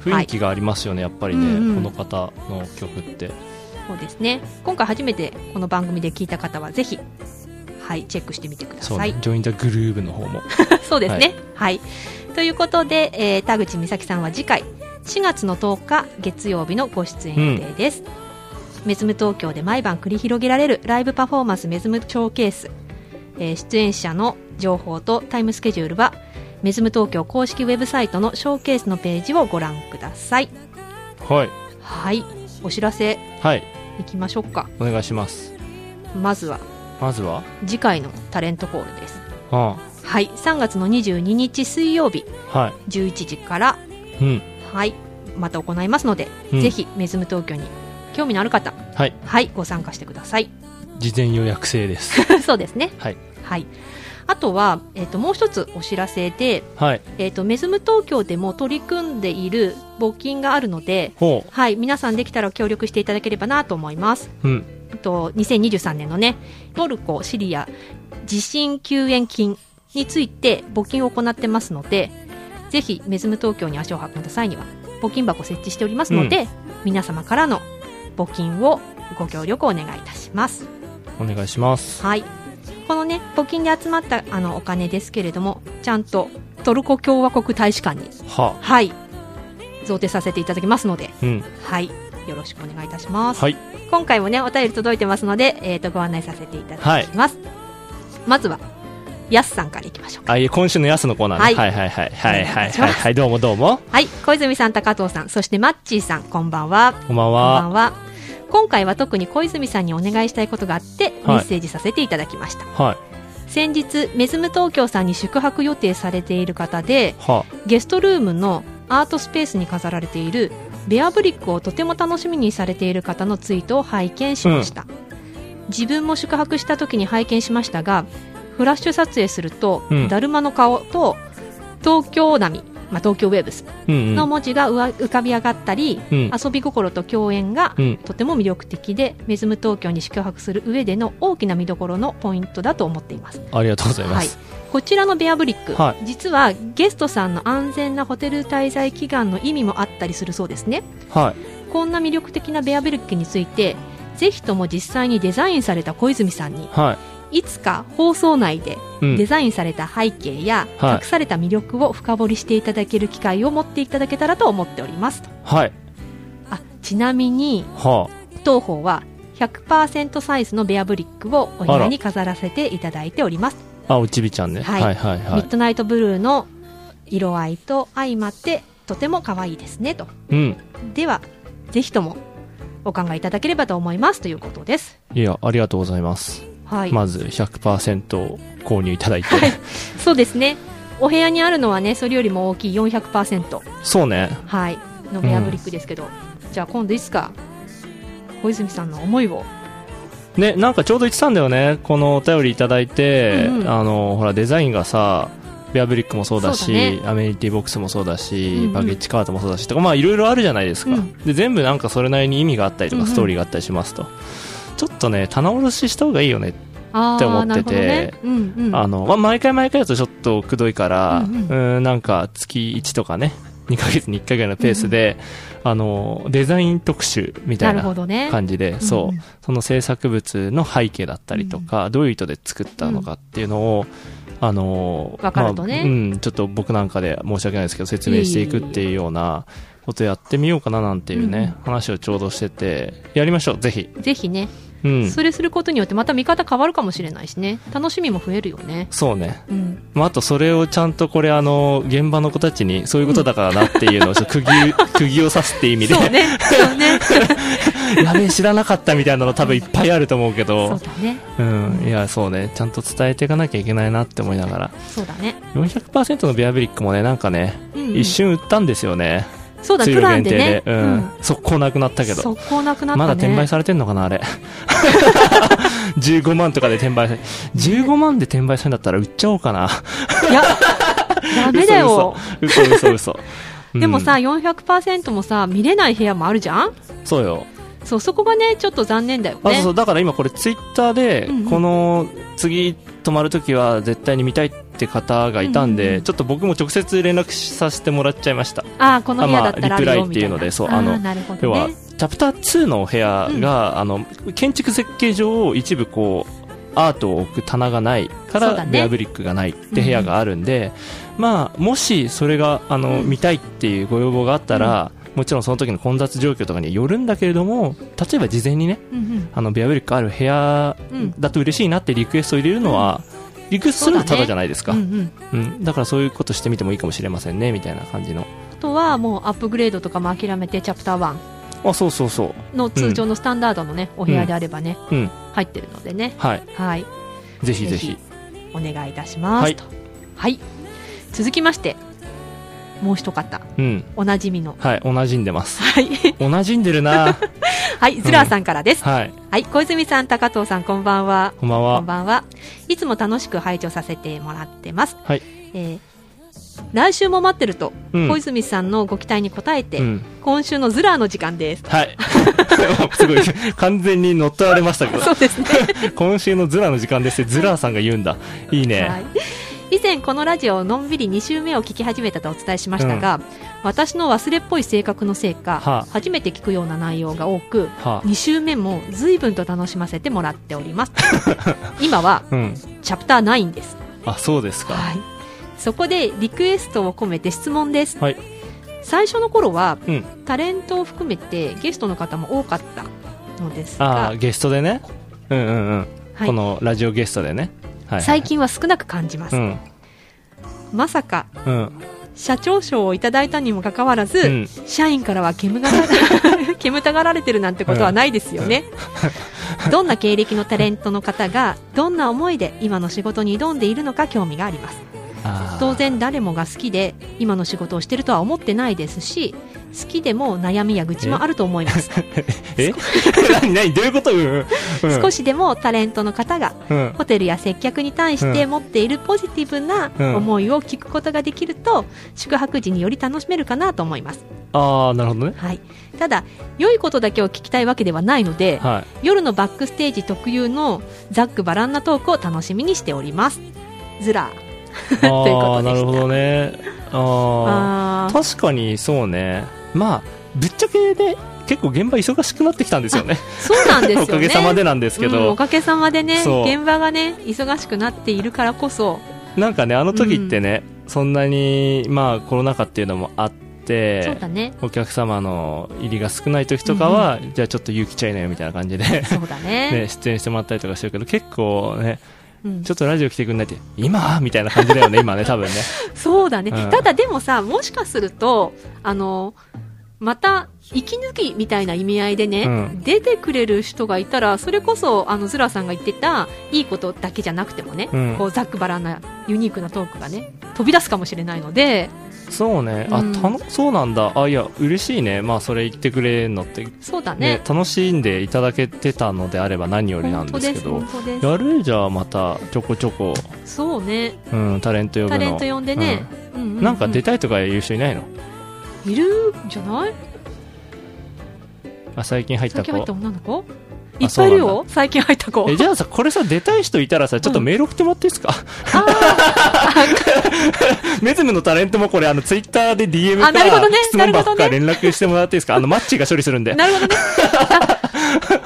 S3: 雰囲気がありますよね、やっぱり
S2: うんうん
S3: ね。この方の曲って。
S2: そうですね。今回初めてこの番組で聞いた方はぜひ、はい、チェックしてみてくだ
S3: そう
S2: さい
S3: ね。。ジョインザグルーブの方も。
S2: そうですね。はい。ということで、えー田口美咲さんは次回、4月の10日月曜日のご出演予定です。メズム東京で毎晩繰り広げられるライブパフォーマンスメズムショーケース。えー出演者の情報とタイムスケジュールは、メズム東京公式ウェブサイトのショーケースのページをご覧ください。
S3: はい。
S2: はい。お知らせ
S3: はい。
S2: いきましょうか。
S3: お願いします。
S2: まずは、
S3: まずは
S2: 次回のタレントコールです。
S3: うん。
S2: はい。3月の22日水曜日
S3: は
S2: 11時から
S3: い。うん。
S2: はい、また行いますので、
S3: うん
S2: ぜひメズム東京に興味のある方、
S3: はい。
S2: はい、ご参加してください。
S3: 事前予約制です。
S2: そうですね。
S3: はい。
S2: はい。あとは、えっ、と、もう一つお知らせで、
S3: はい。
S2: えっ、と、メズム東京でも取り組んでいる募金があるので、
S3: ほ
S2: はい、皆さんできたら協力していただければなと思います。
S3: う。うん。
S2: えっと、2023年のね、トルコ、シリア、地震救援金について募金を行ってますので、ぜひ、メズム東京に足を運んだ際には、募金箱設置しておりますので、皆様からの募金をご協力お願いいたします。
S3: お願いします。
S2: はい。このね、募金で集まったあのお金ですけれども、ちゃんとトルコ共和国大使館に、
S3: は。
S2: はい、贈呈させていただきますので、
S3: うん。
S2: はい、よろしくお願いいたします。
S3: はい。
S2: 今回もねお便り届いてますので、えー、とご案内させていただきます、まずはやすさんからいきましょうか
S3: あ、いえ、今週のやすのコーナーね。
S2: は
S3: はいいはいはい。はいはい
S2: お願
S3: はいい
S2: します
S3: はい。どうもどうも。
S2: はい小泉さん高藤さんそしてマッチーさんこんばんは
S3: こんばん
S2: こんばん
S3: は。
S2: は今回は特に小泉さんにお願いしたいことがあってメ
S3: は
S2: ッ
S3: い
S2: セージさせていただきました、
S3: はい。
S2: 先日メズム東京さんに宿泊予定されている方で
S3: は。
S2: ゲストルームのアートスペースに飾られているベアブリックをとても楽しみにされている方のツイートを拝見しました、自分も宿泊した時に拝見しましたがフラッシュ撮影すると、
S3: うん
S2: だるまの顔と東京波、まあ、東京ウェーブス
S3: うんう
S2: の
S3: ん。
S2: 文字がうわ浮かび上がったり、
S3: うん
S2: 遊び心と共演が
S3: うん。
S2: とても魅力的でメズム東京に宿泊する上での大きな見どころのポイントだと思っています
S3: ありがとうございま
S2: はい
S3: す。、
S2: こちらのベアブリック、
S3: は
S2: 実はゲストさんの安全なホテル滞在期間の意味もあったりするそうですね
S3: はい。
S2: こんな魅力的なベアブリックについてぜひとも実際にデザインされた小泉さんに
S3: はい
S2: つか放送内で
S3: い。う
S2: デ
S3: ん。
S2: ザインされた背景や、
S3: はい
S2: 隠された魅力を深掘りしていただける機会を持っていただけたらと思っておりますと
S3: はい。
S2: あちなみに
S3: は
S2: 当方は100%サイズのベアブリックをお部屋に飾らせていただいております
S3: あ。あ、おちびちゃんね。
S2: は
S3: はいいはいは
S2: ミッ
S3: い。
S2: ドナイトブルーの色合いと相まってとても可愛いですねと
S3: うん。
S2: ではぜひともお考えいただければと思いますということです
S3: いや、ありがとうございます。
S2: はい、
S3: まず100%を購入いただいて。
S2: そうですねお部屋にあるのはねそれよりも大きい400%
S3: そうね。
S2: はいのベアブリックですけど、じゃあ今度いつか小泉さんの思いを
S3: ね、なんかちょうど言ってたんだよね、このお便りいただいて、
S2: うんうん
S3: あのほらデザインがさ、ベアブリックもそうだ
S2: そ
S3: し
S2: うだね
S3: アメニティボックスもそうだし、
S2: うんうん
S3: バゲッジカートもそうだしとか、まあ、いろいろあるじゃないですか、
S2: うん
S3: で全部なんかそれなりに意味があったりと
S2: うんう
S3: か、
S2: ん
S3: ストーリーがあったりしますと、ちょっとね、棚卸しした方がいいよねっ
S2: あー
S3: って思っ
S2: な
S3: てて
S2: るほどねうんうん、
S3: あの、まあ毎回毎回だとちょっとくどいから、
S2: う
S3: うんん
S2: うん
S3: なんか月1とかね、2ヶ月に1回ぐらいのペースで、あの、デザイン特集みた
S2: ないる
S3: な
S2: ほどね。
S3: 感じで、そうう、
S2: ん
S3: その制作物の背景だったりとか、どういう意図で作ったのかっていうのを、あの
S2: わかるとね
S3: まあうん、ちょっと僕なんかで申し訳ないですけど説明していくっていうようなことやってみようかななんていうね、話をちょうどしててやりましょうぜひ、
S2: ぜひね、
S3: うん、
S2: それすることによってまた見方変わるかもしれないしね楽しみも増えるよね
S3: そうね
S2: うん
S3: まあ、あとそれをちゃんとこれあの現場の子たちにそういうことだからなっていうのをちょっと釘を釘を刺すって意味で
S2: そうねそうね
S3: やべえ知らなかったみたいなの多分いっぱいあると思うけ
S2: そ
S3: ど
S2: うだね
S3: うんいやそうねちゃんと伝えていかなきゃいけないなって思いながら
S2: そうだね、
S3: 400%のベアブリックもねなんかね、
S2: うん
S3: 一瞬売ったんですよね
S2: そうだ
S3: 数
S2: プ
S3: 量
S2: ラン
S3: 限
S2: で
S3: 定
S2: ね
S3: で、うん速攻なくなったけど
S2: 速攻なくなったね
S3: まだ転売されてんのかなあれ 15万とかで転売され15万で転売されんだったら売っちゃおうかない
S2: やダメだよ
S3: 嘘嘘嘘嘘嘘、う ん
S2: でもさ400%もさ見れない部屋もあるじゃん
S3: そうよ
S2: そうそこがねちょっと残念だよね
S3: あそうそうだから今これツイッターで、
S2: うんうん
S3: この次泊まるときは絶対に見たいって方がいたんで、
S2: うんうんうん
S3: ちょっと僕も直接連絡させてもらっちゃいました
S2: あーこの部屋だったらあるよみたいな、
S3: あまあリプライっていうのでそうあの
S2: ーなるほ
S3: 要
S2: ど
S3: は
S2: ね
S3: チャプター2の部屋が、あの建築設計上を一部こうアートを置く棚がないか
S2: そうだ
S3: ら、
S2: ね
S3: ベアブリックがないって部屋があるんで、まあもしそれがあの、見たいっていうご要望があったら、もちろんその時の混雑状況とかによるんだけれども例えば事前にね
S2: うん
S3: あのベアブリックある部屋
S2: うん
S3: だと嬉しいなってリクエストを入れるのは、リクエストするのただじゃないです
S2: う
S3: か
S2: ん、うんうん、
S3: うんだからそういうことしてみてもいいかもしれませんねみたいな感じの
S2: あとはもうアップグレードとかも諦めてチャプター1
S3: あそうそうそう
S2: の通常のスタンダードのね、お部屋であればね、
S3: うん
S2: 入ってるのでね
S3: はい
S2: はい
S3: ぜひぜひ
S2: お願いいたします、
S3: はい
S2: とはい続きましてもう一方
S3: うん
S2: おなじみの
S3: はい同じんでます
S2: はい、
S3: 同じんでるな
S2: はい、ズラーさんからです、
S3: はい
S2: はい小泉さん高藤さんこんばんは
S3: こんばん
S2: こ
S3: は
S2: んばんはいつも楽しく拝聴させてもらってます、
S3: はい
S2: えー来週も待ってると、
S3: うん
S2: 小泉さんのご期待に応えて、
S3: うん
S2: 今週のズラーの時間です
S3: はい すごい完全に乗っ取られましたけど
S2: そうですね
S3: 今週のズラの時間ですってズラーさんが言うんだいいね、
S2: はい、以前このラジオをのんびり2週目を聞き始めたとお伝えしましたが、私の忘れっぽい性格のせいか、
S3: はあ
S2: 初めて聞くような内容が多く
S3: は
S2: 2週目も随分と楽しませてもらっております 今は
S3: あうん
S2: チャプター9です、
S3: あそうですか
S2: はい、そこでリクエストを込めて質問です、
S3: はい
S2: 最初の頃は
S3: うん
S2: タレントを含めてゲストの方も多かったのです
S3: あ
S2: が
S3: あ、ゲストでねうんうんうん、
S2: はい
S3: このラジオゲストでね、はいはい
S2: 最近は少なく感じます、
S3: うん
S2: まさか
S3: うん
S2: 社長賞をいただいたにもかかわらず、
S3: うん
S2: 社員からは煙が煙たがられ てるなんてことはないですよね、どんな経歴のタレントの方がどんな思いで今の仕事に挑んでいるのか興味があります
S3: あー
S2: 当然誰もが好きで今の仕事をしてるとは思ってないですし好きでも悩みや愚痴もあると思います
S3: え 何何どういうことうんうんうん
S2: 少しでもタレントの方が
S3: うん
S2: ホテルや接客に対して持っているポジティブな思いを聞くことができると宿泊時により楽しめるかなと思います
S3: ああなるほどね
S2: はい、ただ良いことだけを聞きたいわけではないので
S3: は
S2: 夜のバックステージ特有のざっくばらんなトークを楽しみにしておりますずら
S3: い
S2: と
S3: あ
S2: いうこと
S3: あ
S2: でした
S3: なるほどねあ
S2: あー
S3: あ確かにそうねまあぶっちゃけで結構現場忙しくなってきたんですよね
S2: そうなん ですよね
S3: おかげさまでなんですけ
S2: うん
S3: ど、
S2: おかげさまでね
S3: そう
S2: 現場がね忙しくなっているからこそ
S3: なんかねあの時ってね、そんなにまあコロナ禍っていうのもあって
S2: そうだね
S3: お客様の入りが少ない時とかは、じゃあちょっと勇気ちゃいなよみたいな感じで、
S2: そうだね
S3: ね、出演してもらったりとかしてるけど結構ね
S2: うん
S3: ちょっとラジオ来てくんないって今みたいな感じだよね今ね多分ね
S2: そうだね、
S3: うん
S2: ただでもさもしかするとあのまた息抜きみたいな意味合いでね、
S3: うん
S2: 出てくれる人がいたらそれこそあのズラさんが言ってたいいことだけじゃなくてもね、
S3: うん
S2: こうざっくばらんなユニークなトークがね飛び出すかもしれないので
S3: そうねあ、
S2: うん
S3: たのそうなんだあいや嬉しいねまあそれ言ってくれるのって、ね
S2: そうだね
S3: 楽しんでいただけてたのであれば何よりな
S2: 本
S3: ん
S2: 当
S3: です
S2: で
S3: け
S2: す
S3: ど
S2: 本当で
S3: やるじゃあまたちょこちょこ、
S2: すそうね
S3: うん、タレント呼ぶ
S2: タ
S3: の
S2: レント呼んでね、うんう
S3: う
S2: うん
S3: なんか出たいとか言う人いないの
S2: いるんじゃない
S3: あ最近入った
S2: 先
S3: 子
S2: 入った女の子いっぱいいる
S3: そうなん
S2: よ最近入った子
S3: えじゃあさこれさ出たい人いたらさちょっとメール送ってもらっていいですか、 メズムのタレントもこれあのツイッターで DM
S2: あなるほど
S3: か
S2: ね
S3: 質問
S2: なるほ
S3: 箱
S2: ど
S3: か
S2: ね
S3: 連絡してもらっていいですかあのマッチーが処理するんで
S2: なるほどね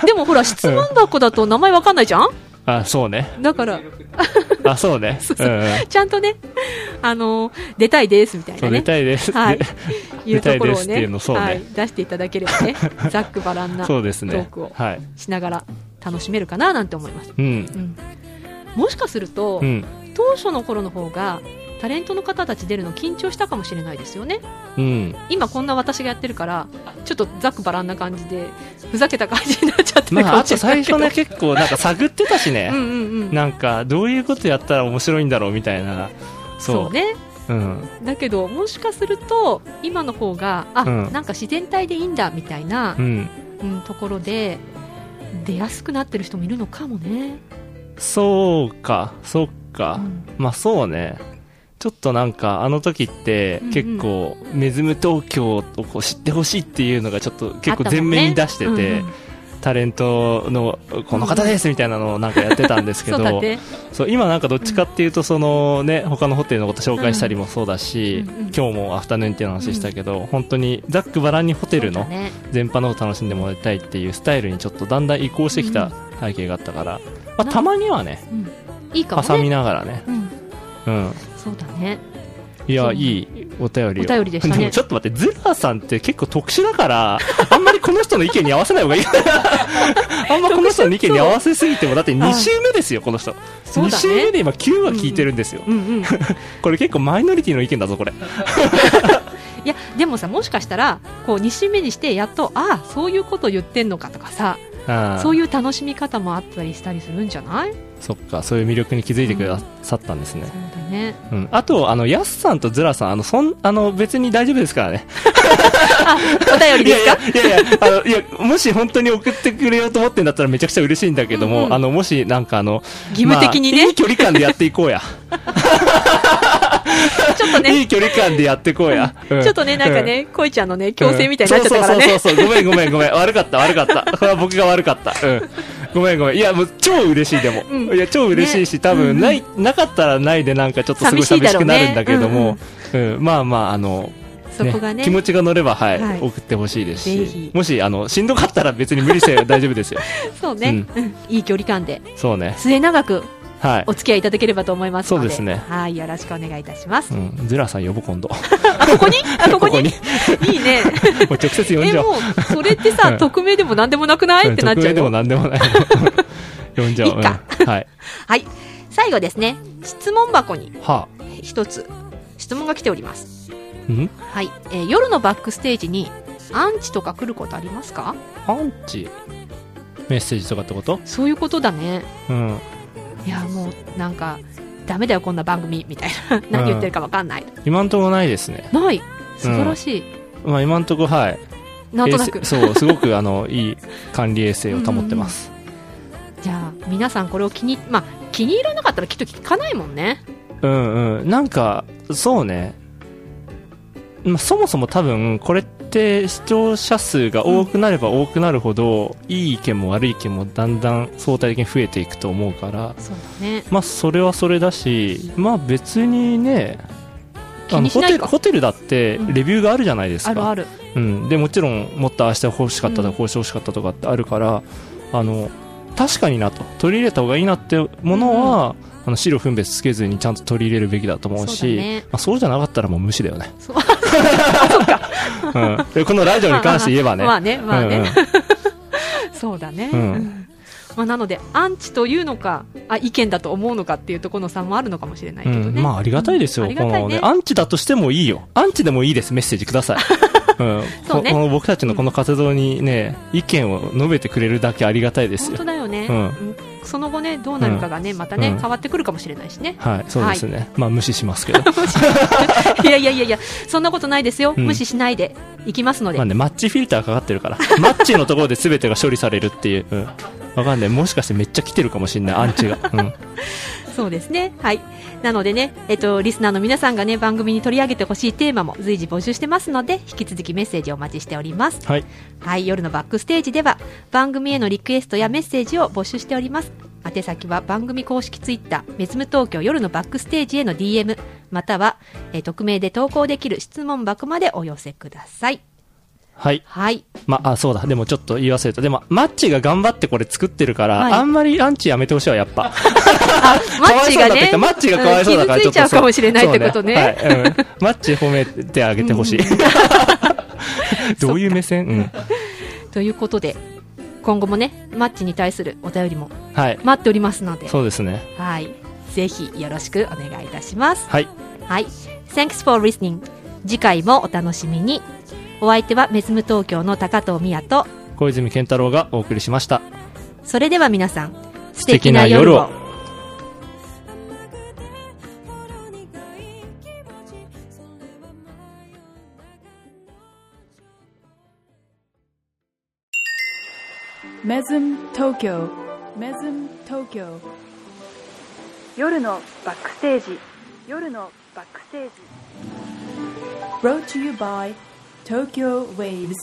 S2: あでもほら質問箱だと名前わかんないじゃん
S3: あそうね
S2: だから
S3: あそうね
S2: そうそう
S3: うんうん
S2: ちゃんとねあの出たいですみたい
S3: そ
S2: な
S3: う出
S2: ね
S3: たいです、
S2: はい
S3: で
S2: いうところ
S3: 出たいで
S2: を
S3: すってい
S2: ね
S3: うのそうね
S2: はい、出していただければ ねざっくばらんなト
S3: そうです
S2: ー
S3: ね
S2: クを
S3: はい
S2: しながら楽しめるかななんて思います、
S3: うん
S2: うん、もしかすると、
S3: うん
S2: 当初の頃の方がタレントの方たち出るの緊張したかもしれないですよね
S3: うん
S2: 今こんな私がやってるからちょっとざくばらんな感じでふざけた感じになっちゃってる
S3: ま
S2: か
S3: あ
S2: も
S3: あ
S2: し
S3: と
S2: れない
S3: 最
S2: けど、
S3: 初ね結構なんか探ってたしね、
S2: うんうんうん
S3: なんかどういうことやったら面白いんだろうみたいなそう
S2: そうね
S3: うん
S2: だけどもしかすると今の方があ、
S3: うん
S2: なんか自然体でいいんだみたいな
S3: う、ん
S2: うんところで出やすくなってる人もいるのかもね、
S3: そうかそっ
S2: う
S3: か、
S2: ん
S3: まあそうねちょっとなんかあの時って
S2: うんうん
S3: 結構「メズム東京」をこう知ってほしいっていうのがちょっと結構
S2: あった
S3: 前
S2: もんね
S3: 面に出してて、
S2: うんうん
S3: タレントのこの方ですみたいなのをなんかやってたんですけ
S2: そ
S3: ど
S2: うだって
S3: そう今なんかどっちかっていうとそのね他のホテルのこと紹介したりもそうだし、
S2: うんうん
S3: 今日もアフタヌーンっていう話したけど、本当にざっくばらんにホテル
S2: そうだ
S3: の
S2: ね
S3: 全般のを楽しんでもらいたいっていうスタイルにちょっとだんだん移行してきた背景があったから、まあ、たまにはね
S2: うんいいか
S3: 挟
S2: も
S3: み
S2: ね、
S3: ながらね、
S2: うん、
S3: うん、
S2: そうだね
S3: い
S2: そう
S3: や
S2: ね
S3: いいお便りを
S2: お便りでしたね
S3: もちょっと待ってズラさんって結構特殊だから あんまりこの人の意見に合わせない方がい いあんまこの人の意見に合わせすぎてもだって2週目ですよこの人、
S2: そう
S3: 2
S2: だ
S3: 週
S2: ね
S3: 目で今9話聞いてるんですよ、
S2: うんうん、い
S3: これ結構マイノリティの意見だぞこれ
S2: やでもさもしかしたらこう2週目にしてやっとああそういうこと言ってんのかとかさそう
S3: い
S2: いう楽しみ方もあったりしたりするんじゃない
S3: そっかそういう魅力に気づいてくださったんですね
S2: そう、だ ね
S3: うんあとあのヤスさんとズラさんあのそんあの別に大丈夫ですからね
S2: お便り
S3: い
S2: で
S3: や
S2: す
S3: い
S2: か
S3: やいやいやあのいやもし本当に送ってくれようと思ってんだったらめちゃくちゃ嬉しいんだけども、
S2: うんうん
S3: あのもしなんかあの
S2: 義務的に
S3: まあ
S2: ね
S3: いい距離感でやっていこうや、
S2: ちょっと ね
S3: いい距離感でやっていこうや、うん
S2: ちょっとねなんかね恋ちゃんのね強制みたいになっちゃったから
S3: うん
S2: ね
S3: そうそうそうそうごめんごめんごめん悪かった悪 かったこれは僕が悪かったうんごめんごめんいやもう超嬉しいでも、
S2: うん
S3: いや超嬉しいし、多分ない、なかったらないでなんかちょっとすごい寂しくなるんだけども、うんまあまああの
S2: そこがね
S3: 気持ちが乗れば、はい、
S2: はい
S3: 送ってほしいです
S2: ぜ
S3: し
S2: ひ、
S3: もし、あの、しんどかったら別に無理して大丈夫ですよ。
S2: そうね、うんいい距離感で
S3: そうね。
S2: 末永く
S3: はい
S2: お。付き合いいただければと思いますので
S3: そうですね
S2: はいよろしくお願いいたします、
S3: うん、ズラさん呼ぶ今度。 も
S2: あここにあここにいい ね
S3: う直接呼ん
S2: え
S3: じゃ
S2: も
S3: おう。
S2: うそれってさ
S3: うん
S2: 匿名でも何でもなくないってなっちゃ
S3: う
S2: う
S3: ん匿名でも
S2: よ
S3: なんでもない。呼んじゃおう。
S2: いいか
S3: うん はい。
S2: はい最後ですね質問箱に
S3: は
S2: 一つ質問が来ております
S3: あ。ん
S2: はい、えー夜のバックステージにアンチとか来ることありますか
S3: アンチメッセージとかってこと
S2: そういうことだね
S3: うん。
S2: いやもうなんかダメだよこんな番組みたいな 何言ってるかわかんない、
S3: 今んとこないですね。
S2: ない素晴らしい、
S3: まあ今んとこはい。
S2: なんとなく
S3: 衛生そう、すごくあの、いい管理衛生を保ってます。
S2: じゃあ皆さんこれを気にまあ気に入らなかったらきっと聞かないもんね
S3: うんうん。なんか、そうね。まあ、そもそも多分、これって視聴者数が多くなれば多くなるほど、いい意見も悪い意見もだんだん相対的に増えていくと思うから、
S2: そうだね
S3: まあ、それはそれだし、まあ、別にね、
S2: 気にし
S3: ホ
S2: ない
S3: テ
S2: か
S3: ルホテルだって
S2: うん
S3: レビューがあるじゃないですか、
S2: あるある
S3: うん、でもちろんもっとああして欲しかったと
S2: う
S3: か
S2: ん
S3: こうして欲しかったとかってあるから、あの確かになと取り入れた方がいいなってものは、あの白分別つけずにちゃんと取り入れるべきだと思うし
S2: そうだね
S3: まあ、そうじゃなかったらもう無視だよね
S2: そう
S3: うん、でこのラジオに関して言えば ね
S2: まあねまあね、
S3: うんうん
S2: そうだね、
S3: うん
S2: うんまあ、なのでアンチというのかあ意見だと思うのかっていうところの差もあるのかもしれないけどね、
S3: うん、まあありがたいですよ、
S2: うんあ
S3: こ
S2: りがたい
S3: の
S2: ね
S3: ねアンチだとしてもいいよアンチでもいいですメッセージく ださい、うん
S2: そうね
S3: ここの僕たちのこの活動にね意見を述べてくれるだけありがたいです
S2: 本
S3: よ
S2: 当だよね、
S3: う
S2: うんその後ねどうなるかがねまたね、
S3: うん
S2: 変わってくるかもしれないしね
S3: はいそうですね、まあ無視しますけど
S2: いやいやいやいやそんなことないですよ、
S3: うん
S2: 無視しないでいきますので、
S3: まあねマッチフィルターかかってるからマッチのところで全てが処理されるっていう、うんわかんない。もしかしてめっちゃ来てるかもしんない、アンチが。うん。
S2: そうですね。はい。なのでね、えっと、リスナーの皆さんがね、番組に取り上げてほしいテーマも随時募集してますので、引き続きメッセージをお待ちしております。
S3: はい。
S2: はい、夜のバックステージでは、番組へのリクエストやメッセージを募集しております。宛先は番組公式ツイッター、メズム東京夜のバックステージへの DM、または、えー匿名で投稿できる質問箱までお寄せください。
S3: はい。
S2: はい。
S3: まあ、そうだ。でもちょっと言い忘れた。でも、マッチが頑張ってこれ作ってるから、
S2: はい
S3: あんまりアンチやめてほしいわ、やっぱ。
S2: マッチが
S3: かわいそうだって言っ
S2: ね
S3: たマッチがかわいそうだから
S2: うん
S3: ち
S2: 傷
S3: ょっ
S2: ついちゃ
S3: と
S2: うかもしれないってことね。
S3: そうはいうんマッチ褒めてあげてほしい。 どういう目線うん。
S2: ということで、今後もね、マッチに対するお便りも
S3: はい。
S2: 待っておりますので、
S3: そうですね。
S2: はい。ぜひよろしくお願いいたします。
S3: はい。
S2: はい。Thanks for listening. 次回もお楽しみに。お相手はメズム東京の高藤美也と、
S3: 小泉健太郎がお送りしました。
S2: それでは皆さん、素
S3: 素敵な夜を。
S5: 心に苦い気持ちそれは真夜中の
S1: Mesm Tokyo Mesm Tokyo 夜のバックステージ夜のバックステージ Brought to you by Tokyo Waves